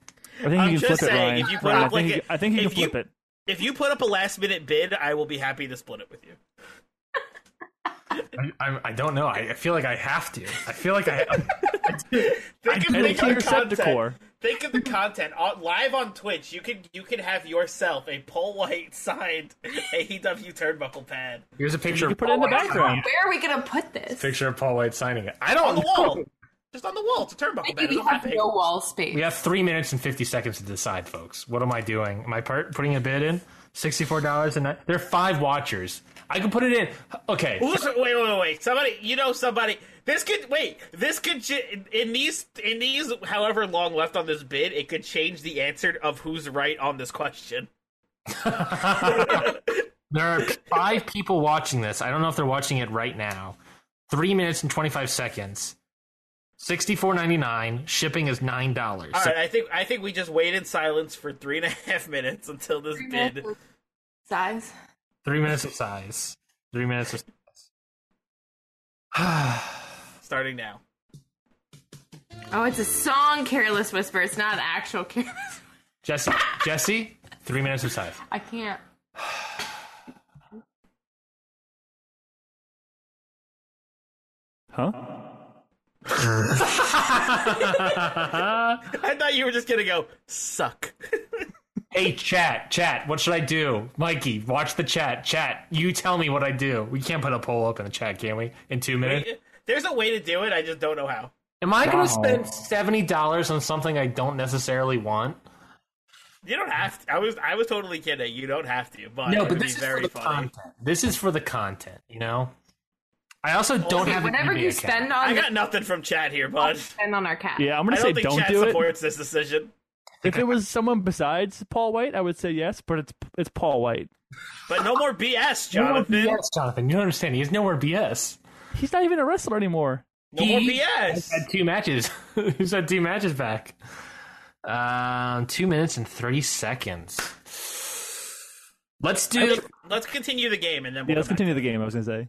[SPEAKER 3] I think
[SPEAKER 2] I'm
[SPEAKER 3] you can
[SPEAKER 2] just
[SPEAKER 3] flip it,
[SPEAKER 2] saying,
[SPEAKER 3] Ryan.
[SPEAKER 2] if you put
[SPEAKER 3] Ryan,
[SPEAKER 2] up
[SPEAKER 3] I think
[SPEAKER 2] like
[SPEAKER 3] you,
[SPEAKER 2] a-
[SPEAKER 3] I think you
[SPEAKER 2] if
[SPEAKER 3] can flip
[SPEAKER 2] you-
[SPEAKER 3] it.
[SPEAKER 2] if you put up a last minute bid, I will be happy to split it with you.
[SPEAKER 1] I, I, I don't know. I, I feel like I have to. I feel like I.
[SPEAKER 2] <laughs> Think of,
[SPEAKER 3] And
[SPEAKER 2] think
[SPEAKER 3] it's
[SPEAKER 2] of the
[SPEAKER 3] Receptacore.
[SPEAKER 2] content. Think of the content on, live on Twitch. You could you could have yourself a Paul White signed AEW turnbuckle pad
[SPEAKER 1] Here's a picture.
[SPEAKER 3] You
[SPEAKER 1] of
[SPEAKER 3] can put it in the
[SPEAKER 1] Paul White signing
[SPEAKER 3] background.
[SPEAKER 1] it.
[SPEAKER 6] Where are we gonna put this?
[SPEAKER 1] Picture of Paul White signing it. I don't
[SPEAKER 2] on the
[SPEAKER 1] know.
[SPEAKER 2] wall, just on the wall. It's a turnbuckle pad.
[SPEAKER 6] Maybe
[SPEAKER 2] It's
[SPEAKER 6] we
[SPEAKER 2] not that
[SPEAKER 6] have
[SPEAKER 2] big.
[SPEAKER 6] no wall space.
[SPEAKER 1] We have three minutes and fifty seconds to decide, folks. What am I doing? Am I part putting a bid in? Sixty-four dollars and nine. There are five watchers. I can put it in. Okay.
[SPEAKER 2] Who's wait wait wait wait somebody you know somebody this could wait this could ch- in, in these in these however long left on this bid it could change the answer of who's right on this question.
[SPEAKER 1] There are five people watching this. I don't know if they're watching it right now. Three minutes and twenty-five seconds. Sixty-four ninety-nine. Shipping is nine dollars.
[SPEAKER 2] All right, I think I think we just wait in silence for three and a <laughs> half minutes until this bid.
[SPEAKER 6] Size.
[SPEAKER 1] Three minutes of size. Three minutes of
[SPEAKER 2] starting now.
[SPEAKER 6] Oh, it's a song, Careless Whisper. It's not an actual Careless. <laughs>
[SPEAKER 1] <sighs>
[SPEAKER 6] Whisper.
[SPEAKER 1] Jesse. Jesse. Three minutes of size. <laughs>
[SPEAKER 6] I can't.
[SPEAKER 3] Huh?
[SPEAKER 2] I thought you were just gonna go
[SPEAKER 1] <laughs>
[SPEAKER 2] suck.
[SPEAKER 1] Hey, chat, chat. What should I do, Mikey? Watch the chat, chat. You tell me what I do. We can't put a poll up in the chat, can we? In two minutes.
[SPEAKER 2] There's a way to do it. I just don't know how.
[SPEAKER 1] Am I going to spend seventy dollars on something I don't necessarily want?
[SPEAKER 2] You don't have to. I was I was totally kidding. You don't have to. But
[SPEAKER 1] No,
[SPEAKER 2] it
[SPEAKER 1] but
[SPEAKER 2] would
[SPEAKER 1] this
[SPEAKER 2] be
[SPEAKER 1] is
[SPEAKER 2] very
[SPEAKER 1] for the
[SPEAKER 2] funny.
[SPEAKER 1] content. This is for the content, you know. I also don't have an
[SPEAKER 6] Whatever
[SPEAKER 1] eBay
[SPEAKER 6] you
[SPEAKER 1] account.
[SPEAKER 6] spend
[SPEAKER 2] I
[SPEAKER 6] on,
[SPEAKER 2] got nothing from chat here, bud.
[SPEAKER 6] spend on our cat.
[SPEAKER 3] Yeah, I'm
[SPEAKER 2] I
[SPEAKER 3] gonna say
[SPEAKER 2] don't think
[SPEAKER 3] don't
[SPEAKER 2] chat
[SPEAKER 3] do it.
[SPEAKER 2] supports this decision.
[SPEAKER 3] If it was someone besides Paul White, I would say yes, but it's it's Paul White.
[SPEAKER 2] But no more BS,
[SPEAKER 1] <laughs> No more
[SPEAKER 2] Jonathan.
[SPEAKER 1] BS, Jonathan. You don't understand. He has nowhere BS.
[SPEAKER 3] He's not even a wrestler anymore.
[SPEAKER 2] No more
[SPEAKER 1] He-
[SPEAKER 2] BS.
[SPEAKER 1] Had two matches. <laughs> He's had two matches back. Um, two minutes and thirty seconds. Let's do.
[SPEAKER 2] Let's continue the game and then we'll
[SPEAKER 3] Yeah, let's
[SPEAKER 2] come back.
[SPEAKER 3] continue the game. I was gonna say.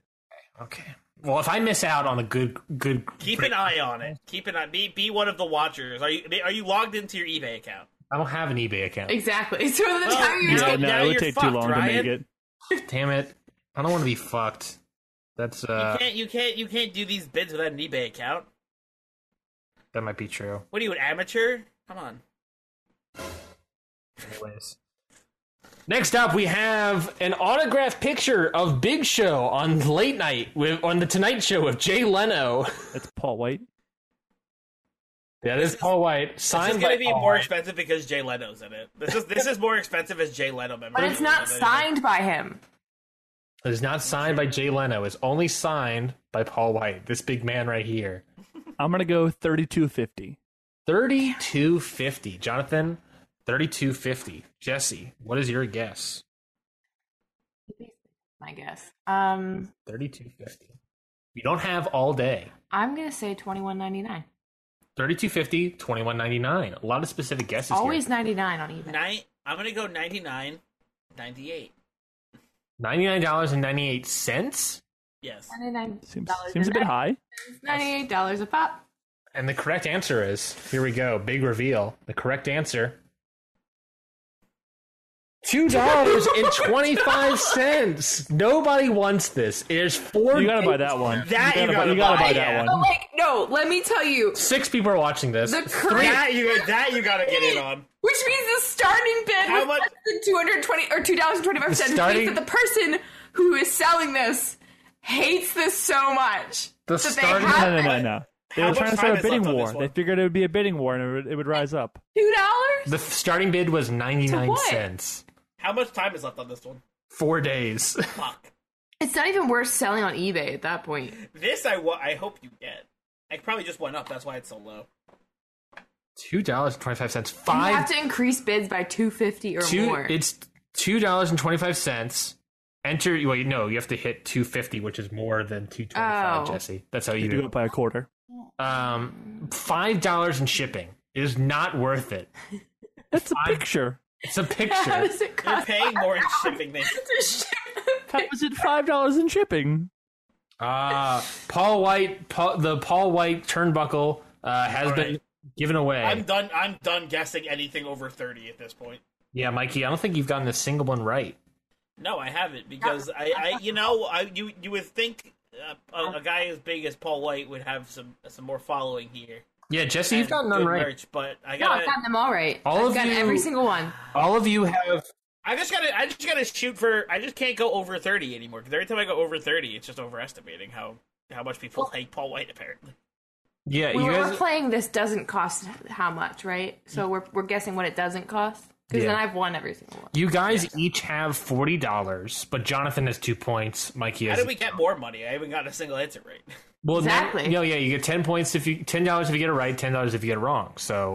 [SPEAKER 1] Okay. Well, if I miss out on a good, good,
[SPEAKER 2] Keep an eye on it. Keep an eye. Be be one of the watchers. Are you are you logged into your eBay account?
[SPEAKER 1] I don't have an eBay account.
[SPEAKER 6] Exactly. <laughs> So the
[SPEAKER 2] Well,
[SPEAKER 6] time
[SPEAKER 2] now-
[SPEAKER 6] you're
[SPEAKER 3] Yeah,
[SPEAKER 6] taking.
[SPEAKER 3] no,
[SPEAKER 2] now
[SPEAKER 3] it would
[SPEAKER 2] you're
[SPEAKER 3] take
[SPEAKER 2] fucked,
[SPEAKER 3] too long to
[SPEAKER 2] Ryan.
[SPEAKER 3] make it.
[SPEAKER 1] Damn it! I don't want to be fucked. That's uh,
[SPEAKER 2] you can't you can't you can't do these bids without an eBay account.
[SPEAKER 1] that might be true.
[SPEAKER 2] What are you, an amateur? Come on.
[SPEAKER 8] Anyways,
[SPEAKER 1] Next up, we have an autographed picture of Big Show on Late Night with on the Tonight Show with Jay Leno.
[SPEAKER 3] That's Paul White.
[SPEAKER 1] That is Paul White.
[SPEAKER 2] This is
[SPEAKER 1] Signed
[SPEAKER 2] going
[SPEAKER 1] by
[SPEAKER 2] to be
[SPEAKER 1] Paul
[SPEAKER 2] more
[SPEAKER 1] White.
[SPEAKER 2] expensive because Jay Leno's in it. This is this is more expensive as Jay Leno member.
[SPEAKER 6] But it's not signed by him.
[SPEAKER 1] It is not signed by Jay Leno. It's only signed by Paul White. This big man right here.
[SPEAKER 3] I'm gonna go thirty-two fifty.
[SPEAKER 1] Thirty-two fifty. Jonathan, thirty-two fifty. Jesse, what is your guess?
[SPEAKER 6] I guess. Um,
[SPEAKER 1] Thirty-two fifty. We don't have all day.
[SPEAKER 6] I'm gonna say twenty one ninety nine.
[SPEAKER 1] 3250 2199 a lot of specific guesses
[SPEAKER 6] Always
[SPEAKER 1] here.
[SPEAKER 6] ninety nine on eBay.
[SPEAKER 2] Nine, I'm going to go 99, 98.
[SPEAKER 1] $99.98
[SPEAKER 2] Yes.
[SPEAKER 6] Ninety nine
[SPEAKER 3] Seems seems a bit high.
[SPEAKER 6] Ninety eight dollars a pop.
[SPEAKER 1] and the correct answer is here we go big reveal the correct answer Two dollars and twenty-five cents. Nobody wants this. There's four.
[SPEAKER 3] You gotta buy
[SPEAKER 1] days-
[SPEAKER 3] that one.
[SPEAKER 2] That you
[SPEAKER 3] you
[SPEAKER 2] gotta
[SPEAKER 3] gotta buy that
[SPEAKER 6] But
[SPEAKER 3] one.
[SPEAKER 6] like, no. Let me tell you,
[SPEAKER 1] Six people are watching this.
[SPEAKER 6] the correct,
[SPEAKER 2] That you that you got to get in on.
[SPEAKER 6] which means the starting bid
[SPEAKER 2] How
[SPEAKER 6] was
[SPEAKER 2] much-
[SPEAKER 6] less than two hundred twenty or two dollars twenty five percent.
[SPEAKER 1] starting-
[SPEAKER 6] Means that the person who is selling this hates this so much
[SPEAKER 1] The
[SPEAKER 6] that
[SPEAKER 1] starting-
[SPEAKER 6] they
[SPEAKER 3] No,
[SPEAKER 6] have
[SPEAKER 3] no, no, no. They
[SPEAKER 2] How
[SPEAKER 3] were trying
[SPEAKER 2] much
[SPEAKER 3] to start
[SPEAKER 2] time
[SPEAKER 3] a
[SPEAKER 2] is
[SPEAKER 3] bidding
[SPEAKER 2] left on
[SPEAKER 3] war.
[SPEAKER 2] this
[SPEAKER 3] They
[SPEAKER 2] one?
[SPEAKER 3] figured it would be a bidding war, and it would, it would rise up.
[SPEAKER 6] two dollars.
[SPEAKER 1] the f- starting bid was ninety-nine cents.
[SPEAKER 2] How much time is left on this one?
[SPEAKER 1] Four days. <laughs>
[SPEAKER 2] Fuck.
[SPEAKER 6] It's not even worth selling on eBay at that point.
[SPEAKER 2] This I wa- I hope you get. I probably just went up. That's why it's so low.
[SPEAKER 1] Two dollars and twenty-five cents.
[SPEAKER 6] You
[SPEAKER 1] Five
[SPEAKER 6] have to increase bids by two fifty or
[SPEAKER 1] two
[SPEAKER 6] more. <laughs>
[SPEAKER 1] it's two dollars and twenty five cents enter well you no you have to hit 250 which is more than 225
[SPEAKER 6] Oh.
[SPEAKER 1] jesse that's how you
[SPEAKER 3] You do
[SPEAKER 1] do
[SPEAKER 3] it by a quarter.
[SPEAKER 1] it um five dollars in shipping is not worth it
[SPEAKER 3] That's a
[SPEAKER 1] I-
[SPEAKER 3] picture.
[SPEAKER 6] <laughs>
[SPEAKER 1] it's a
[SPEAKER 6] How
[SPEAKER 1] picture
[SPEAKER 6] does it <laughs>
[SPEAKER 2] You're
[SPEAKER 6] cost
[SPEAKER 2] paying more in shipping than
[SPEAKER 6] to ship
[SPEAKER 3] How was it five dollars in shipping?
[SPEAKER 1] uh paul white paul, the paul white turnbuckle uh has
[SPEAKER 2] All
[SPEAKER 1] been
[SPEAKER 2] right.
[SPEAKER 1] given away
[SPEAKER 2] I'm done. I'm done guessing anything over thirty at this point.
[SPEAKER 1] yeah mikey i don't think you've gotten a single one right
[SPEAKER 2] No, I haven't because I, I you know, I you you would think uh, a, a guy as big as Paul White would have some some more following here.
[SPEAKER 1] yeah jesse you've
[SPEAKER 2] and
[SPEAKER 1] gotten none
[SPEAKER 2] good
[SPEAKER 1] right
[SPEAKER 2] merch, but I
[SPEAKER 6] No,
[SPEAKER 2] gotta,
[SPEAKER 6] I've gotten them all right.
[SPEAKER 1] All
[SPEAKER 6] I've
[SPEAKER 1] of
[SPEAKER 6] gotten
[SPEAKER 1] you-
[SPEAKER 6] every single one.
[SPEAKER 1] all of you have
[SPEAKER 2] I just gotta, I just gotta shoot for. I just can't go over thirty anymore because every time I go over thirty, it's just overestimating how how much people hate Paul White. Apparently,
[SPEAKER 1] yeah
[SPEAKER 6] We
[SPEAKER 1] you
[SPEAKER 6] were,
[SPEAKER 1] guys Mm.
[SPEAKER 6] we're playing this doesn't cost how much, right? So we're we're guessing what it doesn't cost because
[SPEAKER 1] Yeah.
[SPEAKER 6] then I've won every single one.
[SPEAKER 1] You guys each have forty dollars, but Jonathan has two points. Mikey
[SPEAKER 2] how
[SPEAKER 1] has
[SPEAKER 2] did we get more money? I haven't gotten a single answer right.
[SPEAKER 1] well, no-
[SPEAKER 6] Exactly.
[SPEAKER 1] No, yeah, you get ten points if you ten dollars if you get it right, ten dollars if you get it wrong. So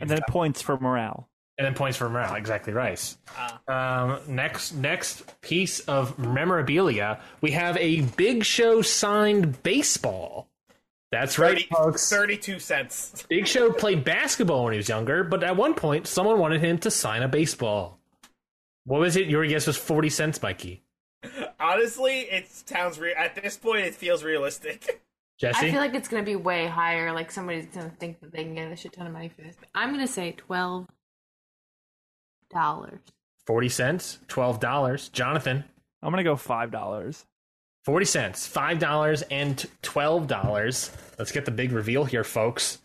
[SPEAKER 3] And then points for morale.
[SPEAKER 1] and then points for morale. Exactly, Rice.
[SPEAKER 6] Ah.
[SPEAKER 1] Um, next, next piece of memorabilia, we have a Big Show signed baseball. That's right,
[SPEAKER 2] 30,
[SPEAKER 1] folks.
[SPEAKER 2] Thirty-two cents. <laughs>
[SPEAKER 1] Big Show played basketball when he was younger, but at one point, someone wanted him to sign a baseball. What was it? Your guess was forty cents, Mikey.
[SPEAKER 2] Honestly, it sounds real. At this point, it feels realistic. <laughs>
[SPEAKER 1] Jesse.
[SPEAKER 6] I feel like it's gonna be way higher. Like somebody's gonna think that they can get a shit ton of money for this. But I'm gonna say twelve dollars.
[SPEAKER 1] 40 cents, $12. Jonathan,
[SPEAKER 3] I'm gonna go five dollars.
[SPEAKER 1] 40 cents, $5 and $12. Let's get the big reveal here, folks.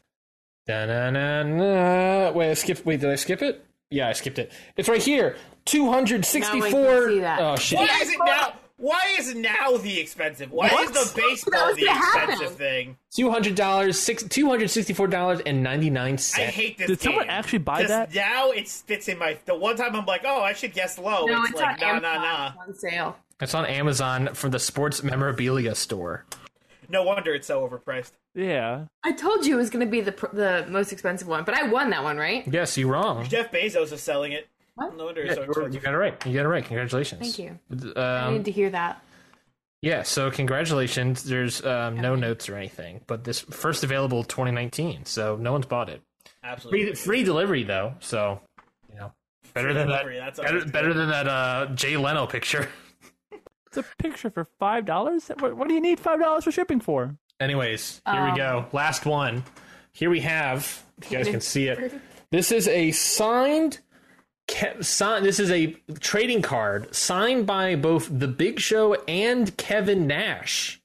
[SPEAKER 1] Da-na-na-na. Wait, I skipped. Wait, did I skip it? Yeah, I skipped it. It's right here. 264.
[SPEAKER 6] No, I can see that.
[SPEAKER 1] Oh, shit.
[SPEAKER 2] Why is it now? Why is now the expensive? Why is
[SPEAKER 1] What?
[SPEAKER 2] the baseball
[SPEAKER 6] was
[SPEAKER 2] the
[SPEAKER 6] gonna happen.
[SPEAKER 2] expensive thing?
[SPEAKER 1] $200, six, $264.99.
[SPEAKER 2] I hate this.
[SPEAKER 3] Did someone
[SPEAKER 2] game.
[SPEAKER 3] actually buy
[SPEAKER 2] 'Cause
[SPEAKER 3] that?
[SPEAKER 2] Now it spits in my. The one time I'm like, oh, I should guess low.
[SPEAKER 6] No,
[SPEAKER 2] it's,
[SPEAKER 6] it's,
[SPEAKER 2] like,
[SPEAKER 6] on
[SPEAKER 2] nah, nah,
[SPEAKER 6] Amazon.
[SPEAKER 2] nah.
[SPEAKER 6] It's on sale.
[SPEAKER 1] It's on Amazon from the sports memorabilia store.
[SPEAKER 2] No wonder it's so overpriced.
[SPEAKER 3] Yeah.
[SPEAKER 6] I told you it was gonna be the pr- the most expensive one, but I won that one, right?
[SPEAKER 1] Yes, you're wrong.
[SPEAKER 2] Jeff Bezos is selling it.
[SPEAKER 6] What?
[SPEAKER 2] No wonder it's
[SPEAKER 1] Yeah,
[SPEAKER 2] so
[SPEAKER 1] you were- you
[SPEAKER 2] expensive.
[SPEAKER 1] got it right. You got it right. Congratulations.
[SPEAKER 6] Thank you. I
[SPEAKER 1] Um,
[SPEAKER 6] need to hear that.
[SPEAKER 1] Yeah, so congratulations. There's um, no notes or anything, but this first available 2019, so no one's bought it. Free,
[SPEAKER 2] Absolutely.
[SPEAKER 1] free delivery though, so you know better
[SPEAKER 2] Free
[SPEAKER 1] than
[SPEAKER 2] delivery,
[SPEAKER 1] that.
[SPEAKER 2] that's
[SPEAKER 1] Better,
[SPEAKER 2] always
[SPEAKER 1] better than that uh, Jay Leno picture. <laughs>
[SPEAKER 3] It's a picture for five dollars. What, what do you need five dollars for shipping for?
[SPEAKER 1] Anyways, here we go. Last one. Here we have. If you guys can see
[SPEAKER 6] <laughs>
[SPEAKER 1] it. This is a signed. Ke- sign, this is a trading card signed by both the Big Show and Kevin Nash.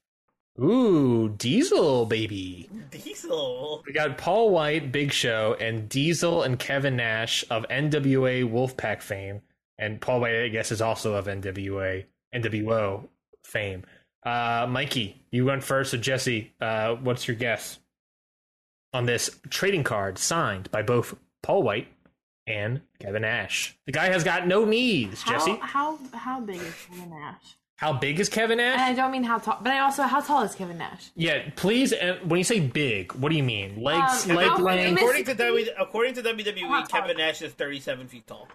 [SPEAKER 1] Ooh, Diesel, baby.
[SPEAKER 2] Diesel.
[SPEAKER 1] We got Paul White, Big Show, and Diesel and Kevin Nash of NWA Wolfpack fame. And Paul White, I guess, is also of NWA, NWO fame. Uh, Mikey, you went first. So, Jesse, uh, what's your guess on this trading card signed by both Paul White and Kevin Nash? The guy has got no knees,
[SPEAKER 6] How,
[SPEAKER 1] Jesse.
[SPEAKER 6] how how big is Kevin Nash?
[SPEAKER 1] How big is Kevin Nash?
[SPEAKER 6] And I don't mean how tall, but I also how tall is Kevin Nash?
[SPEAKER 1] Yeah, please. Uh, when you say big, what do you mean? Legs,
[SPEAKER 6] Um,
[SPEAKER 1] leg
[SPEAKER 6] how
[SPEAKER 1] length.
[SPEAKER 6] famous-
[SPEAKER 2] According to w- according to WWE,
[SPEAKER 6] Hot dog.
[SPEAKER 2] Kevin Nash is 37 feet tall.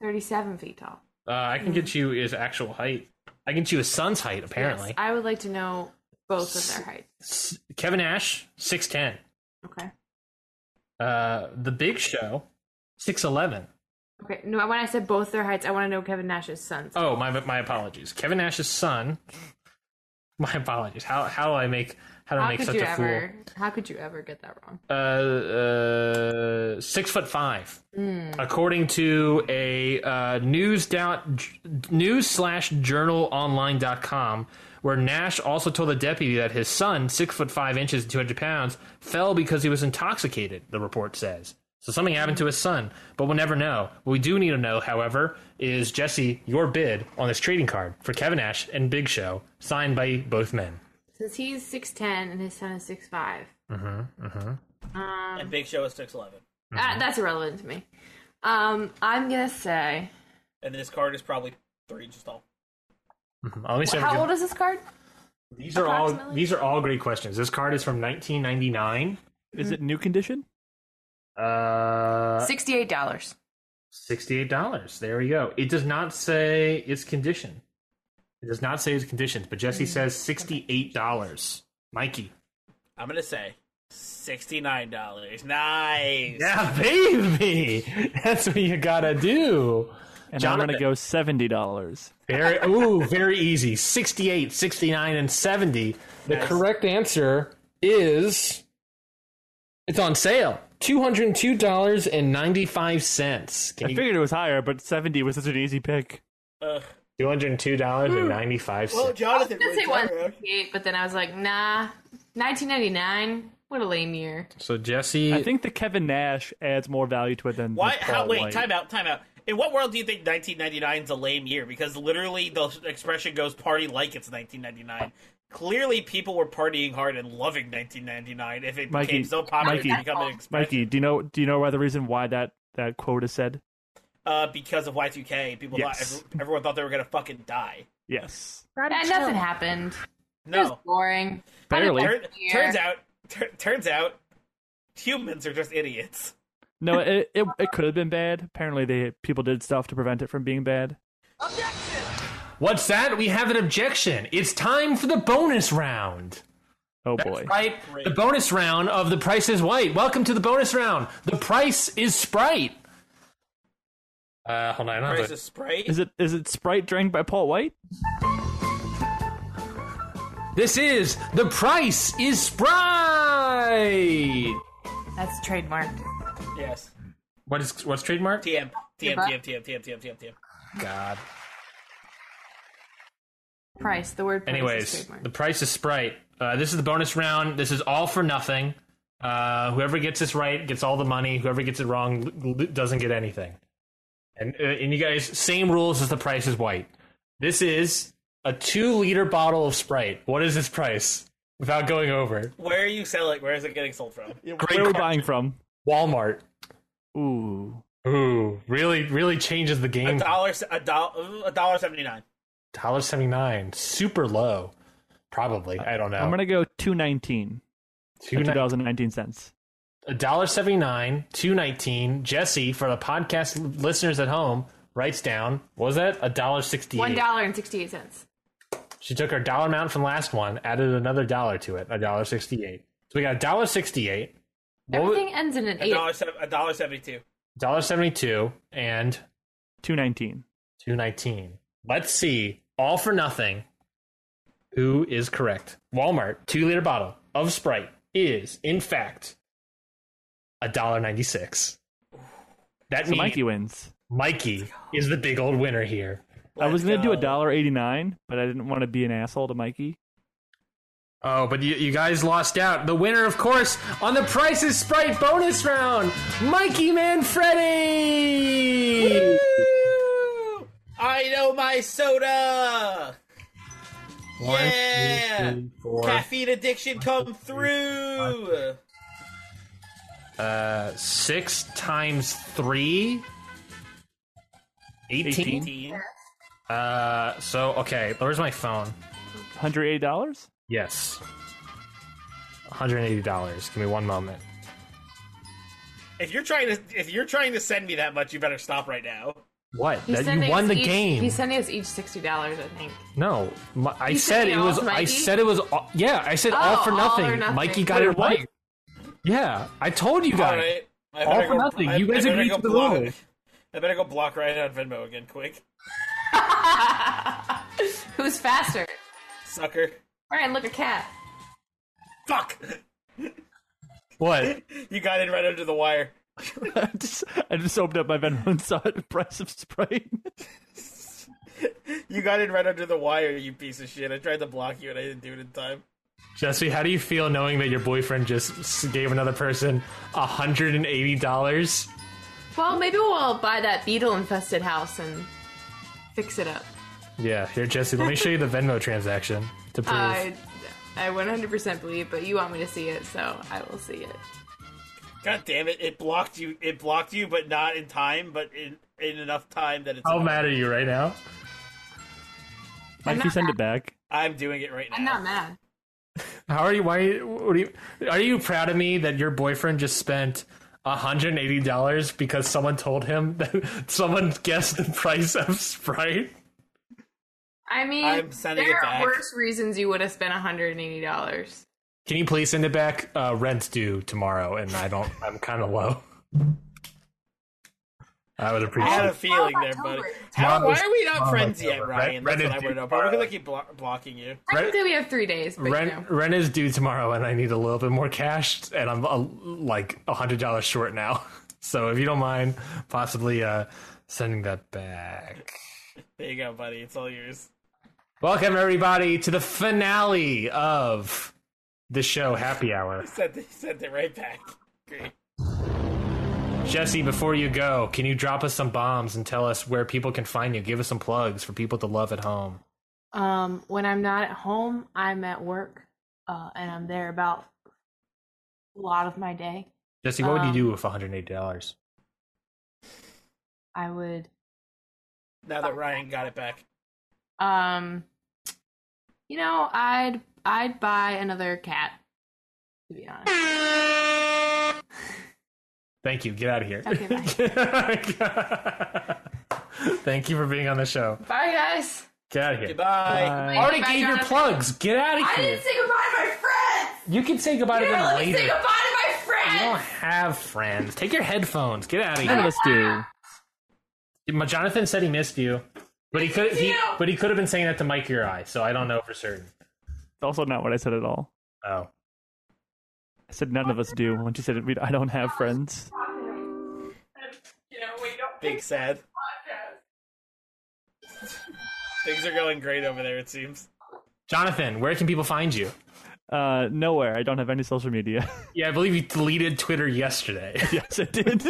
[SPEAKER 6] Thirty-seven feet tall.
[SPEAKER 1] Uh, I can get you his actual height. I can get you his son's height. Apparently,
[SPEAKER 6] Yes, I would like to know both of their heights.
[SPEAKER 1] S- Kevin Nash six ten.
[SPEAKER 6] Okay.
[SPEAKER 1] Uh, the Big Show six eleven.
[SPEAKER 6] Okay. No, when I said both their heights, I want to know Kevin Nash's son's.
[SPEAKER 1] Oh, my my apologies. Kevin Nash's son. <laughs> My apologies. How how do I make how do I
[SPEAKER 6] how
[SPEAKER 1] make
[SPEAKER 6] could
[SPEAKER 1] such
[SPEAKER 6] you
[SPEAKER 1] a
[SPEAKER 6] ever? How could you ever get that wrong?
[SPEAKER 1] fool? Uh, uh, six foot five.
[SPEAKER 6] Mm.
[SPEAKER 1] according to a uh, news down, news slash journal online.com where nash also told the deputy that his son six foot five inches and 200 pounds fell because he was intoxicated the report says so something happened to his son but we'll never know what we do need to know however is jesse your bid on this trading card for kevin nash and big show signed by both men
[SPEAKER 6] Since he's six ten and his son is six five.
[SPEAKER 2] And Big Show is 6'11.
[SPEAKER 1] Mm-hmm.
[SPEAKER 6] That, Ah, that's irrelevant to me. Um, I'm gonna say.
[SPEAKER 2] And this card is probably three inches tall.
[SPEAKER 1] Mhm. let me see if I
[SPEAKER 6] How
[SPEAKER 1] can-
[SPEAKER 6] old is this card?
[SPEAKER 1] these are all
[SPEAKER 6] approximately?
[SPEAKER 1] these are all great questions this card is from 1999
[SPEAKER 3] Is it new condition?
[SPEAKER 1] uh,
[SPEAKER 6] Sixty-eight dollars.
[SPEAKER 1] Sixty-eight dollars. There we go. It does not say its condition. It does not say its conditions, but Jesse says sixty-eight dollars. Mikey.
[SPEAKER 2] I'm going to say $69. Nice.
[SPEAKER 1] Yeah, <laughs> baby. That's what you gotta do.
[SPEAKER 3] And I'm
[SPEAKER 1] Jonathan.
[SPEAKER 3] gonna go seventy dollars.
[SPEAKER 1] Very ooh, very easy. 68, 69, and 70. The correct answer is it's on sale. $202.95.
[SPEAKER 3] I
[SPEAKER 1] Can
[SPEAKER 3] figured it was higher, but seventy was such an easy pick.
[SPEAKER 2] Ugh.
[SPEAKER 1] $202.95.
[SPEAKER 2] Well, Jonathan,
[SPEAKER 6] <laughs> I was
[SPEAKER 2] wait, Jonathan.
[SPEAKER 6] gonna say 168, but then I was like, nah. 1999. What a lame year.
[SPEAKER 1] so Jesse
[SPEAKER 3] I think the Kevin Nash adds more value to it than
[SPEAKER 2] Why?
[SPEAKER 3] the
[SPEAKER 2] How,
[SPEAKER 3] Paul
[SPEAKER 2] wait,
[SPEAKER 3] White.
[SPEAKER 2] time out, time out. In what world do you think 1999 is a lame year? Because literally, the expression goes "party like it's 1999." Clearly, people were partying hard and loving 1999. If it
[SPEAKER 3] Mikey,
[SPEAKER 2] became so popular,
[SPEAKER 3] Mikey,
[SPEAKER 2] to become an expression
[SPEAKER 3] Mikey, do you know do you know why the reason why that that quote is said?
[SPEAKER 2] uh, because of Y2K, people
[SPEAKER 3] Yes.
[SPEAKER 2] thought every- everyone thought they were gonna fucking die.
[SPEAKER 3] Yes,
[SPEAKER 6] And Eh, nothing happened. It was
[SPEAKER 2] No,
[SPEAKER 6] boring.
[SPEAKER 3] barely.
[SPEAKER 6] What a
[SPEAKER 2] Turn,
[SPEAKER 6] lame year.
[SPEAKER 2] turns out, tur turns out, humans are just idiots.
[SPEAKER 3] No, it it, it could have been bad. Apparently, they people did stuff to prevent it from being bad.
[SPEAKER 1] What's that? We have an objection. It's time for the bonus round.
[SPEAKER 3] Oh boy,
[SPEAKER 1] Right? The bonus round of The Price is White. Welcome to the bonus round. The price is Sprite. Uh, hold on. I don't have
[SPEAKER 2] Price
[SPEAKER 1] it.
[SPEAKER 2] is Sprite.
[SPEAKER 3] is it is it Sprite drank by Paul White?
[SPEAKER 1] This is The Price is Sprite.
[SPEAKER 6] That's trademarked.
[SPEAKER 2] yes.
[SPEAKER 1] What is what's trademark?
[SPEAKER 2] TM. TM.
[SPEAKER 6] butt.
[SPEAKER 2] TM. TM. TM. TM. TM. TM.
[SPEAKER 1] God.
[SPEAKER 6] Price. The word price is
[SPEAKER 1] Anyways,
[SPEAKER 6] trademarked.
[SPEAKER 1] the price is Sprite. Uh, this is the bonus round. This is all for nothing. Uh, whoever gets this right gets all the money. Whoever gets it wrong l- l- doesn't get anything. And uh, and you guys, same rules as the price is white. This is a two liter bottle of Sprite. What is its price? Without going over
[SPEAKER 2] Where are you selling? Where is it getting sold from?
[SPEAKER 3] Where are we buying from?
[SPEAKER 1] Walmart.
[SPEAKER 3] Ooh,
[SPEAKER 1] Ooh, really, really changes the
[SPEAKER 2] A
[SPEAKER 1] game.
[SPEAKER 2] dollar, se- a dollar, a dollar seventy nine.
[SPEAKER 1] Dollar seventy nine, super low. Probably, I don't know.
[SPEAKER 3] Uh, I'm gonna go two nineteen.
[SPEAKER 1] Two
[SPEAKER 3] Two
[SPEAKER 1] ni-
[SPEAKER 3] dollars and nineteen cents.
[SPEAKER 1] $1.79, 219 Jesse, for the podcast listeners at home, writes down, what was that? $1.68.
[SPEAKER 6] One dollar and sixty-eight cents.
[SPEAKER 1] She took her dollar amount from last one, added another dollar to it, $1.68. So we got $1.68, What was-
[SPEAKER 6] Everything ends in an
[SPEAKER 2] A
[SPEAKER 6] eight.
[SPEAKER 2] dollar, se- a dollar seventy two.
[SPEAKER 1] $1.72, and
[SPEAKER 3] Two nineteen.
[SPEAKER 1] 219 Let's see, all for nothing, who is correct. Walmart, two liter bottle of Sprite is, in fact, $1.96. That
[SPEAKER 3] So
[SPEAKER 1] means
[SPEAKER 3] Mikey wins.
[SPEAKER 1] Mikey is the big old winner here.
[SPEAKER 3] I was gonna
[SPEAKER 2] Let's
[SPEAKER 3] do a
[SPEAKER 2] go.
[SPEAKER 3] dollar eighty nine, but I didn't want to be an asshole to Mikey.
[SPEAKER 1] Oh, but you, you guys lost out. The winner, of course, on the Price is Sprite bonus round, Mikey Manfredi!
[SPEAKER 2] Woo! I know my soda. yeah. Caffeine addiction come through.
[SPEAKER 1] Uh, six times three? 18?
[SPEAKER 2] Teen.
[SPEAKER 1] Uh, so, okay, where's my phone?
[SPEAKER 3] Hundred eight dollars. <laughs>
[SPEAKER 1] Yes. $180. Give me one moment.
[SPEAKER 2] If you're trying to if you're trying to send me that much, you better stop right now.
[SPEAKER 1] What? that you won the game.
[SPEAKER 6] He's sending us each sixty dollars, I think. <laughs>
[SPEAKER 1] No, my, I
[SPEAKER 6] You
[SPEAKER 1] said
[SPEAKER 6] said
[SPEAKER 1] it
[SPEAKER 6] all
[SPEAKER 1] was.
[SPEAKER 6] to
[SPEAKER 1] I
[SPEAKER 6] Mikey?
[SPEAKER 1] said it was. All, yeah, I said all
[SPEAKER 6] Oh,
[SPEAKER 1] for
[SPEAKER 6] all
[SPEAKER 1] nothing.
[SPEAKER 6] or nothing.
[SPEAKER 1] Mikey got
[SPEAKER 3] Wait,
[SPEAKER 1] it
[SPEAKER 3] what?
[SPEAKER 1] right. Yeah, I told you
[SPEAKER 2] All
[SPEAKER 1] guys.
[SPEAKER 2] right. I
[SPEAKER 1] All
[SPEAKER 2] better
[SPEAKER 1] for nothing. You guys
[SPEAKER 2] better
[SPEAKER 1] agreed
[SPEAKER 2] go
[SPEAKER 1] to the
[SPEAKER 2] block-
[SPEAKER 1] rule.
[SPEAKER 2] I better go block right on Venmo again, quick,
[SPEAKER 6] Who's faster?
[SPEAKER 2] sucker.
[SPEAKER 6] Ryan, look a cat.
[SPEAKER 2] Fuck! <laughs>
[SPEAKER 1] What?
[SPEAKER 2] You got in right under the wire.
[SPEAKER 3] I just, I just opened up my Venmo and saw it. <laughs> Price of Sprite.
[SPEAKER 2] You got in right under the wire, you piece of shit. I tried to block you and I didn't do it in time.
[SPEAKER 1] Jesse, how do you feel knowing that your boyfriend just s- gave another person hundred and eighty dollars?
[SPEAKER 6] Well, maybe we'll buy that beetle infested house and fix it up.
[SPEAKER 1] Yeah, here, Jesse. Let me show you the Venmo transaction to prove.
[SPEAKER 6] <laughs> I I 100% believe, but you want me to see it, so I will see it.
[SPEAKER 2] God damn it! It blocked you. It blocked you, but not in time, but in in enough time that it's.
[SPEAKER 1] how mad are you right now?
[SPEAKER 3] Mikey, send it back.
[SPEAKER 2] I'm doing it right now.
[SPEAKER 6] I'm not mad.
[SPEAKER 1] How are you? Why? Are you, what are you? Are you proud of me that your boyfriend just spent? $180 because someone told him that <laughs> someone guessed the price of Sprite.
[SPEAKER 6] I mean,
[SPEAKER 2] I'm sending
[SPEAKER 6] there
[SPEAKER 2] it
[SPEAKER 6] are
[SPEAKER 2] back.
[SPEAKER 6] worse reasons you would have spent $180.
[SPEAKER 1] Can you please send it back? Uh, rent's due tomorrow, and I don't. I'm kind of low. I would
[SPEAKER 2] I
[SPEAKER 1] appreciate.
[SPEAKER 2] had a
[SPEAKER 1] it.
[SPEAKER 2] feeling there, buddy. How, why are we not
[SPEAKER 1] Tomorrow's
[SPEAKER 2] friends
[SPEAKER 1] over.
[SPEAKER 2] yet, Ryan?
[SPEAKER 1] Red- Red
[SPEAKER 2] That's what I
[SPEAKER 1] is
[SPEAKER 2] want to know.
[SPEAKER 1] due
[SPEAKER 2] But we're gonna keep blo- blocking you.
[SPEAKER 6] Technically, we have three days, but you know.
[SPEAKER 1] Rent rent is due tomorrow, and I need a little bit more cash, and I'm uh, like hundred dollars short now. <laughs> So if you don't mind, possibly uh, sending that back.
[SPEAKER 2] There you go, buddy. It's all yours. <laughs>
[SPEAKER 1] Welcome everybody to the finale of the show, Happy Hour.
[SPEAKER 2] Sent it, sent it right back. Great.
[SPEAKER 1] Jesse, before you go, can you drop us some bombs and tell us where people can find you? Give us some plugs for people to love at home.
[SPEAKER 6] Um, when I'm not at home, I'm at work, uh, and I'm there about a lot of my day.
[SPEAKER 1] Jesse, what would you
[SPEAKER 6] Um,
[SPEAKER 1] do with $180?
[SPEAKER 6] I would,
[SPEAKER 2] Now that Ryan got it back,
[SPEAKER 6] um, you know, I'd I'd buy another cat. To be honest,
[SPEAKER 1] Thank you. Get out of here.
[SPEAKER 6] Okay,
[SPEAKER 1] <laughs> Thank you for being on the show.
[SPEAKER 6] bye guys.
[SPEAKER 1] Get out of here.
[SPEAKER 3] Uh,
[SPEAKER 2] goodbye.
[SPEAKER 1] I already
[SPEAKER 6] Bye,
[SPEAKER 1] gave your
[SPEAKER 6] Jonathan.
[SPEAKER 1] plugs. Get out of
[SPEAKER 6] I
[SPEAKER 1] here.
[SPEAKER 6] didn't say goodbye to my friends.
[SPEAKER 1] You can say goodbye to
[SPEAKER 6] You
[SPEAKER 1] them
[SPEAKER 6] let me
[SPEAKER 1] later.
[SPEAKER 6] say goodbye to my
[SPEAKER 1] You don't
[SPEAKER 6] friends.
[SPEAKER 1] have friends. Take your headphones. Get out of
[SPEAKER 3] None of
[SPEAKER 1] here.
[SPEAKER 3] us do.
[SPEAKER 1] My- Jonathan said he missed you, but he could he
[SPEAKER 6] you.
[SPEAKER 1] but he could have been saying that to Mike Your Eye, so I don't know for certain.
[SPEAKER 3] It's also not what I said at all.
[SPEAKER 1] Oh.
[SPEAKER 3] I said none of us do. When you said we, I don't have friends.
[SPEAKER 6] You know, we don't
[SPEAKER 2] Big sad.
[SPEAKER 6] podcast.
[SPEAKER 2] Things are going great over there. It seems.
[SPEAKER 1] Jonathan, where can people find you?
[SPEAKER 3] Uh, nowhere. I don't have any social media. <laughs>
[SPEAKER 1] Yeah, I believe you deleted Twitter <laughs> yesterday.
[SPEAKER 3] yes, <laughs> I did.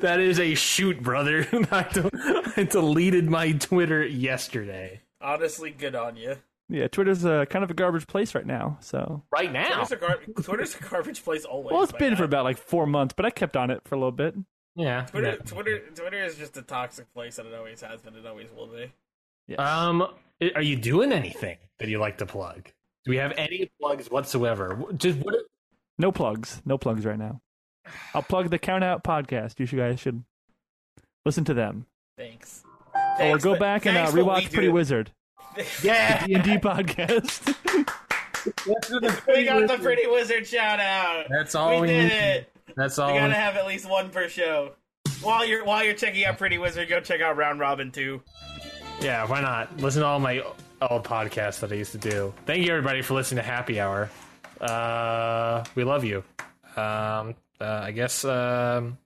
[SPEAKER 1] that is a shoot, brother. <laughs> I, del- I deleted my Twitter yesterday.
[SPEAKER 2] Honestly, good on you.
[SPEAKER 3] yeah, Twitter's uh, kind of a garbage place right now. So,
[SPEAKER 1] Right now.
[SPEAKER 2] Twitter's a, gar- Twitter's a garbage place always.
[SPEAKER 3] well, it's
[SPEAKER 2] my
[SPEAKER 3] been for
[SPEAKER 2] God.
[SPEAKER 3] about like four months, but I kept on it for a little bit.
[SPEAKER 1] Yeah.
[SPEAKER 2] Twitter,
[SPEAKER 1] yeah.
[SPEAKER 2] Twitter, Twitter is just a toxic place, and it always has been, it always will be. Uh-huh.
[SPEAKER 1] Um, i- are you doing anything that you like to plug? Do we have any plugs whatsoever? W- Just what?
[SPEAKER 3] No plugs. No plugs right now. I'll plug the Count Out podcast. You should- guys should listen to them,
[SPEAKER 2] Thanks.
[SPEAKER 3] or
[SPEAKER 2] Thanks,
[SPEAKER 3] go
[SPEAKER 2] but-
[SPEAKER 3] back and uh,
[SPEAKER 2] thanks for what we
[SPEAKER 3] rewatch
[SPEAKER 2] do.
[SPEAKER 3] Pretty Wizard,
[SPEAKER 2] <laughs>
[SPEAKER 1] Yeah,
[SPEAKER 3] D <laughs> and D podcast.
[SPEAKER 2] We got the pretty wizard shout out.
[SPEAKER 1] That's all
[SPEAKER 2] we
[SPEAKER 1] we
[SPEAKER 2] did
[SPEAKER 1] need.
[SPEAKER 2] it.
[SPEAKER 1] that's
[SPEAKER 2] We
[SPEAKER 1] all.
[SPEAKER 2] gotta have at least one per show. While you're while you're checking out Pretty Wizard, go check out Round Robin too.
[SPEAKER 1] yeah, why not? Listen to all my old podcasts that I used to do. Thank you everybody for listening to Happy Hour. Uh, we love you. Um, uh, I guess um,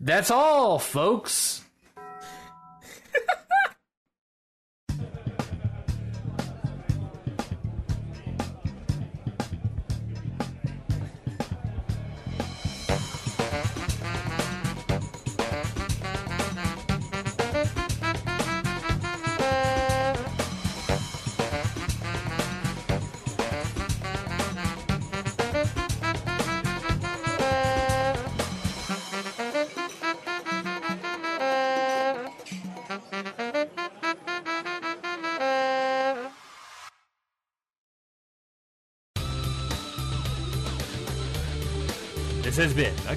[SPEAKER 1] that's all, folks. This has been a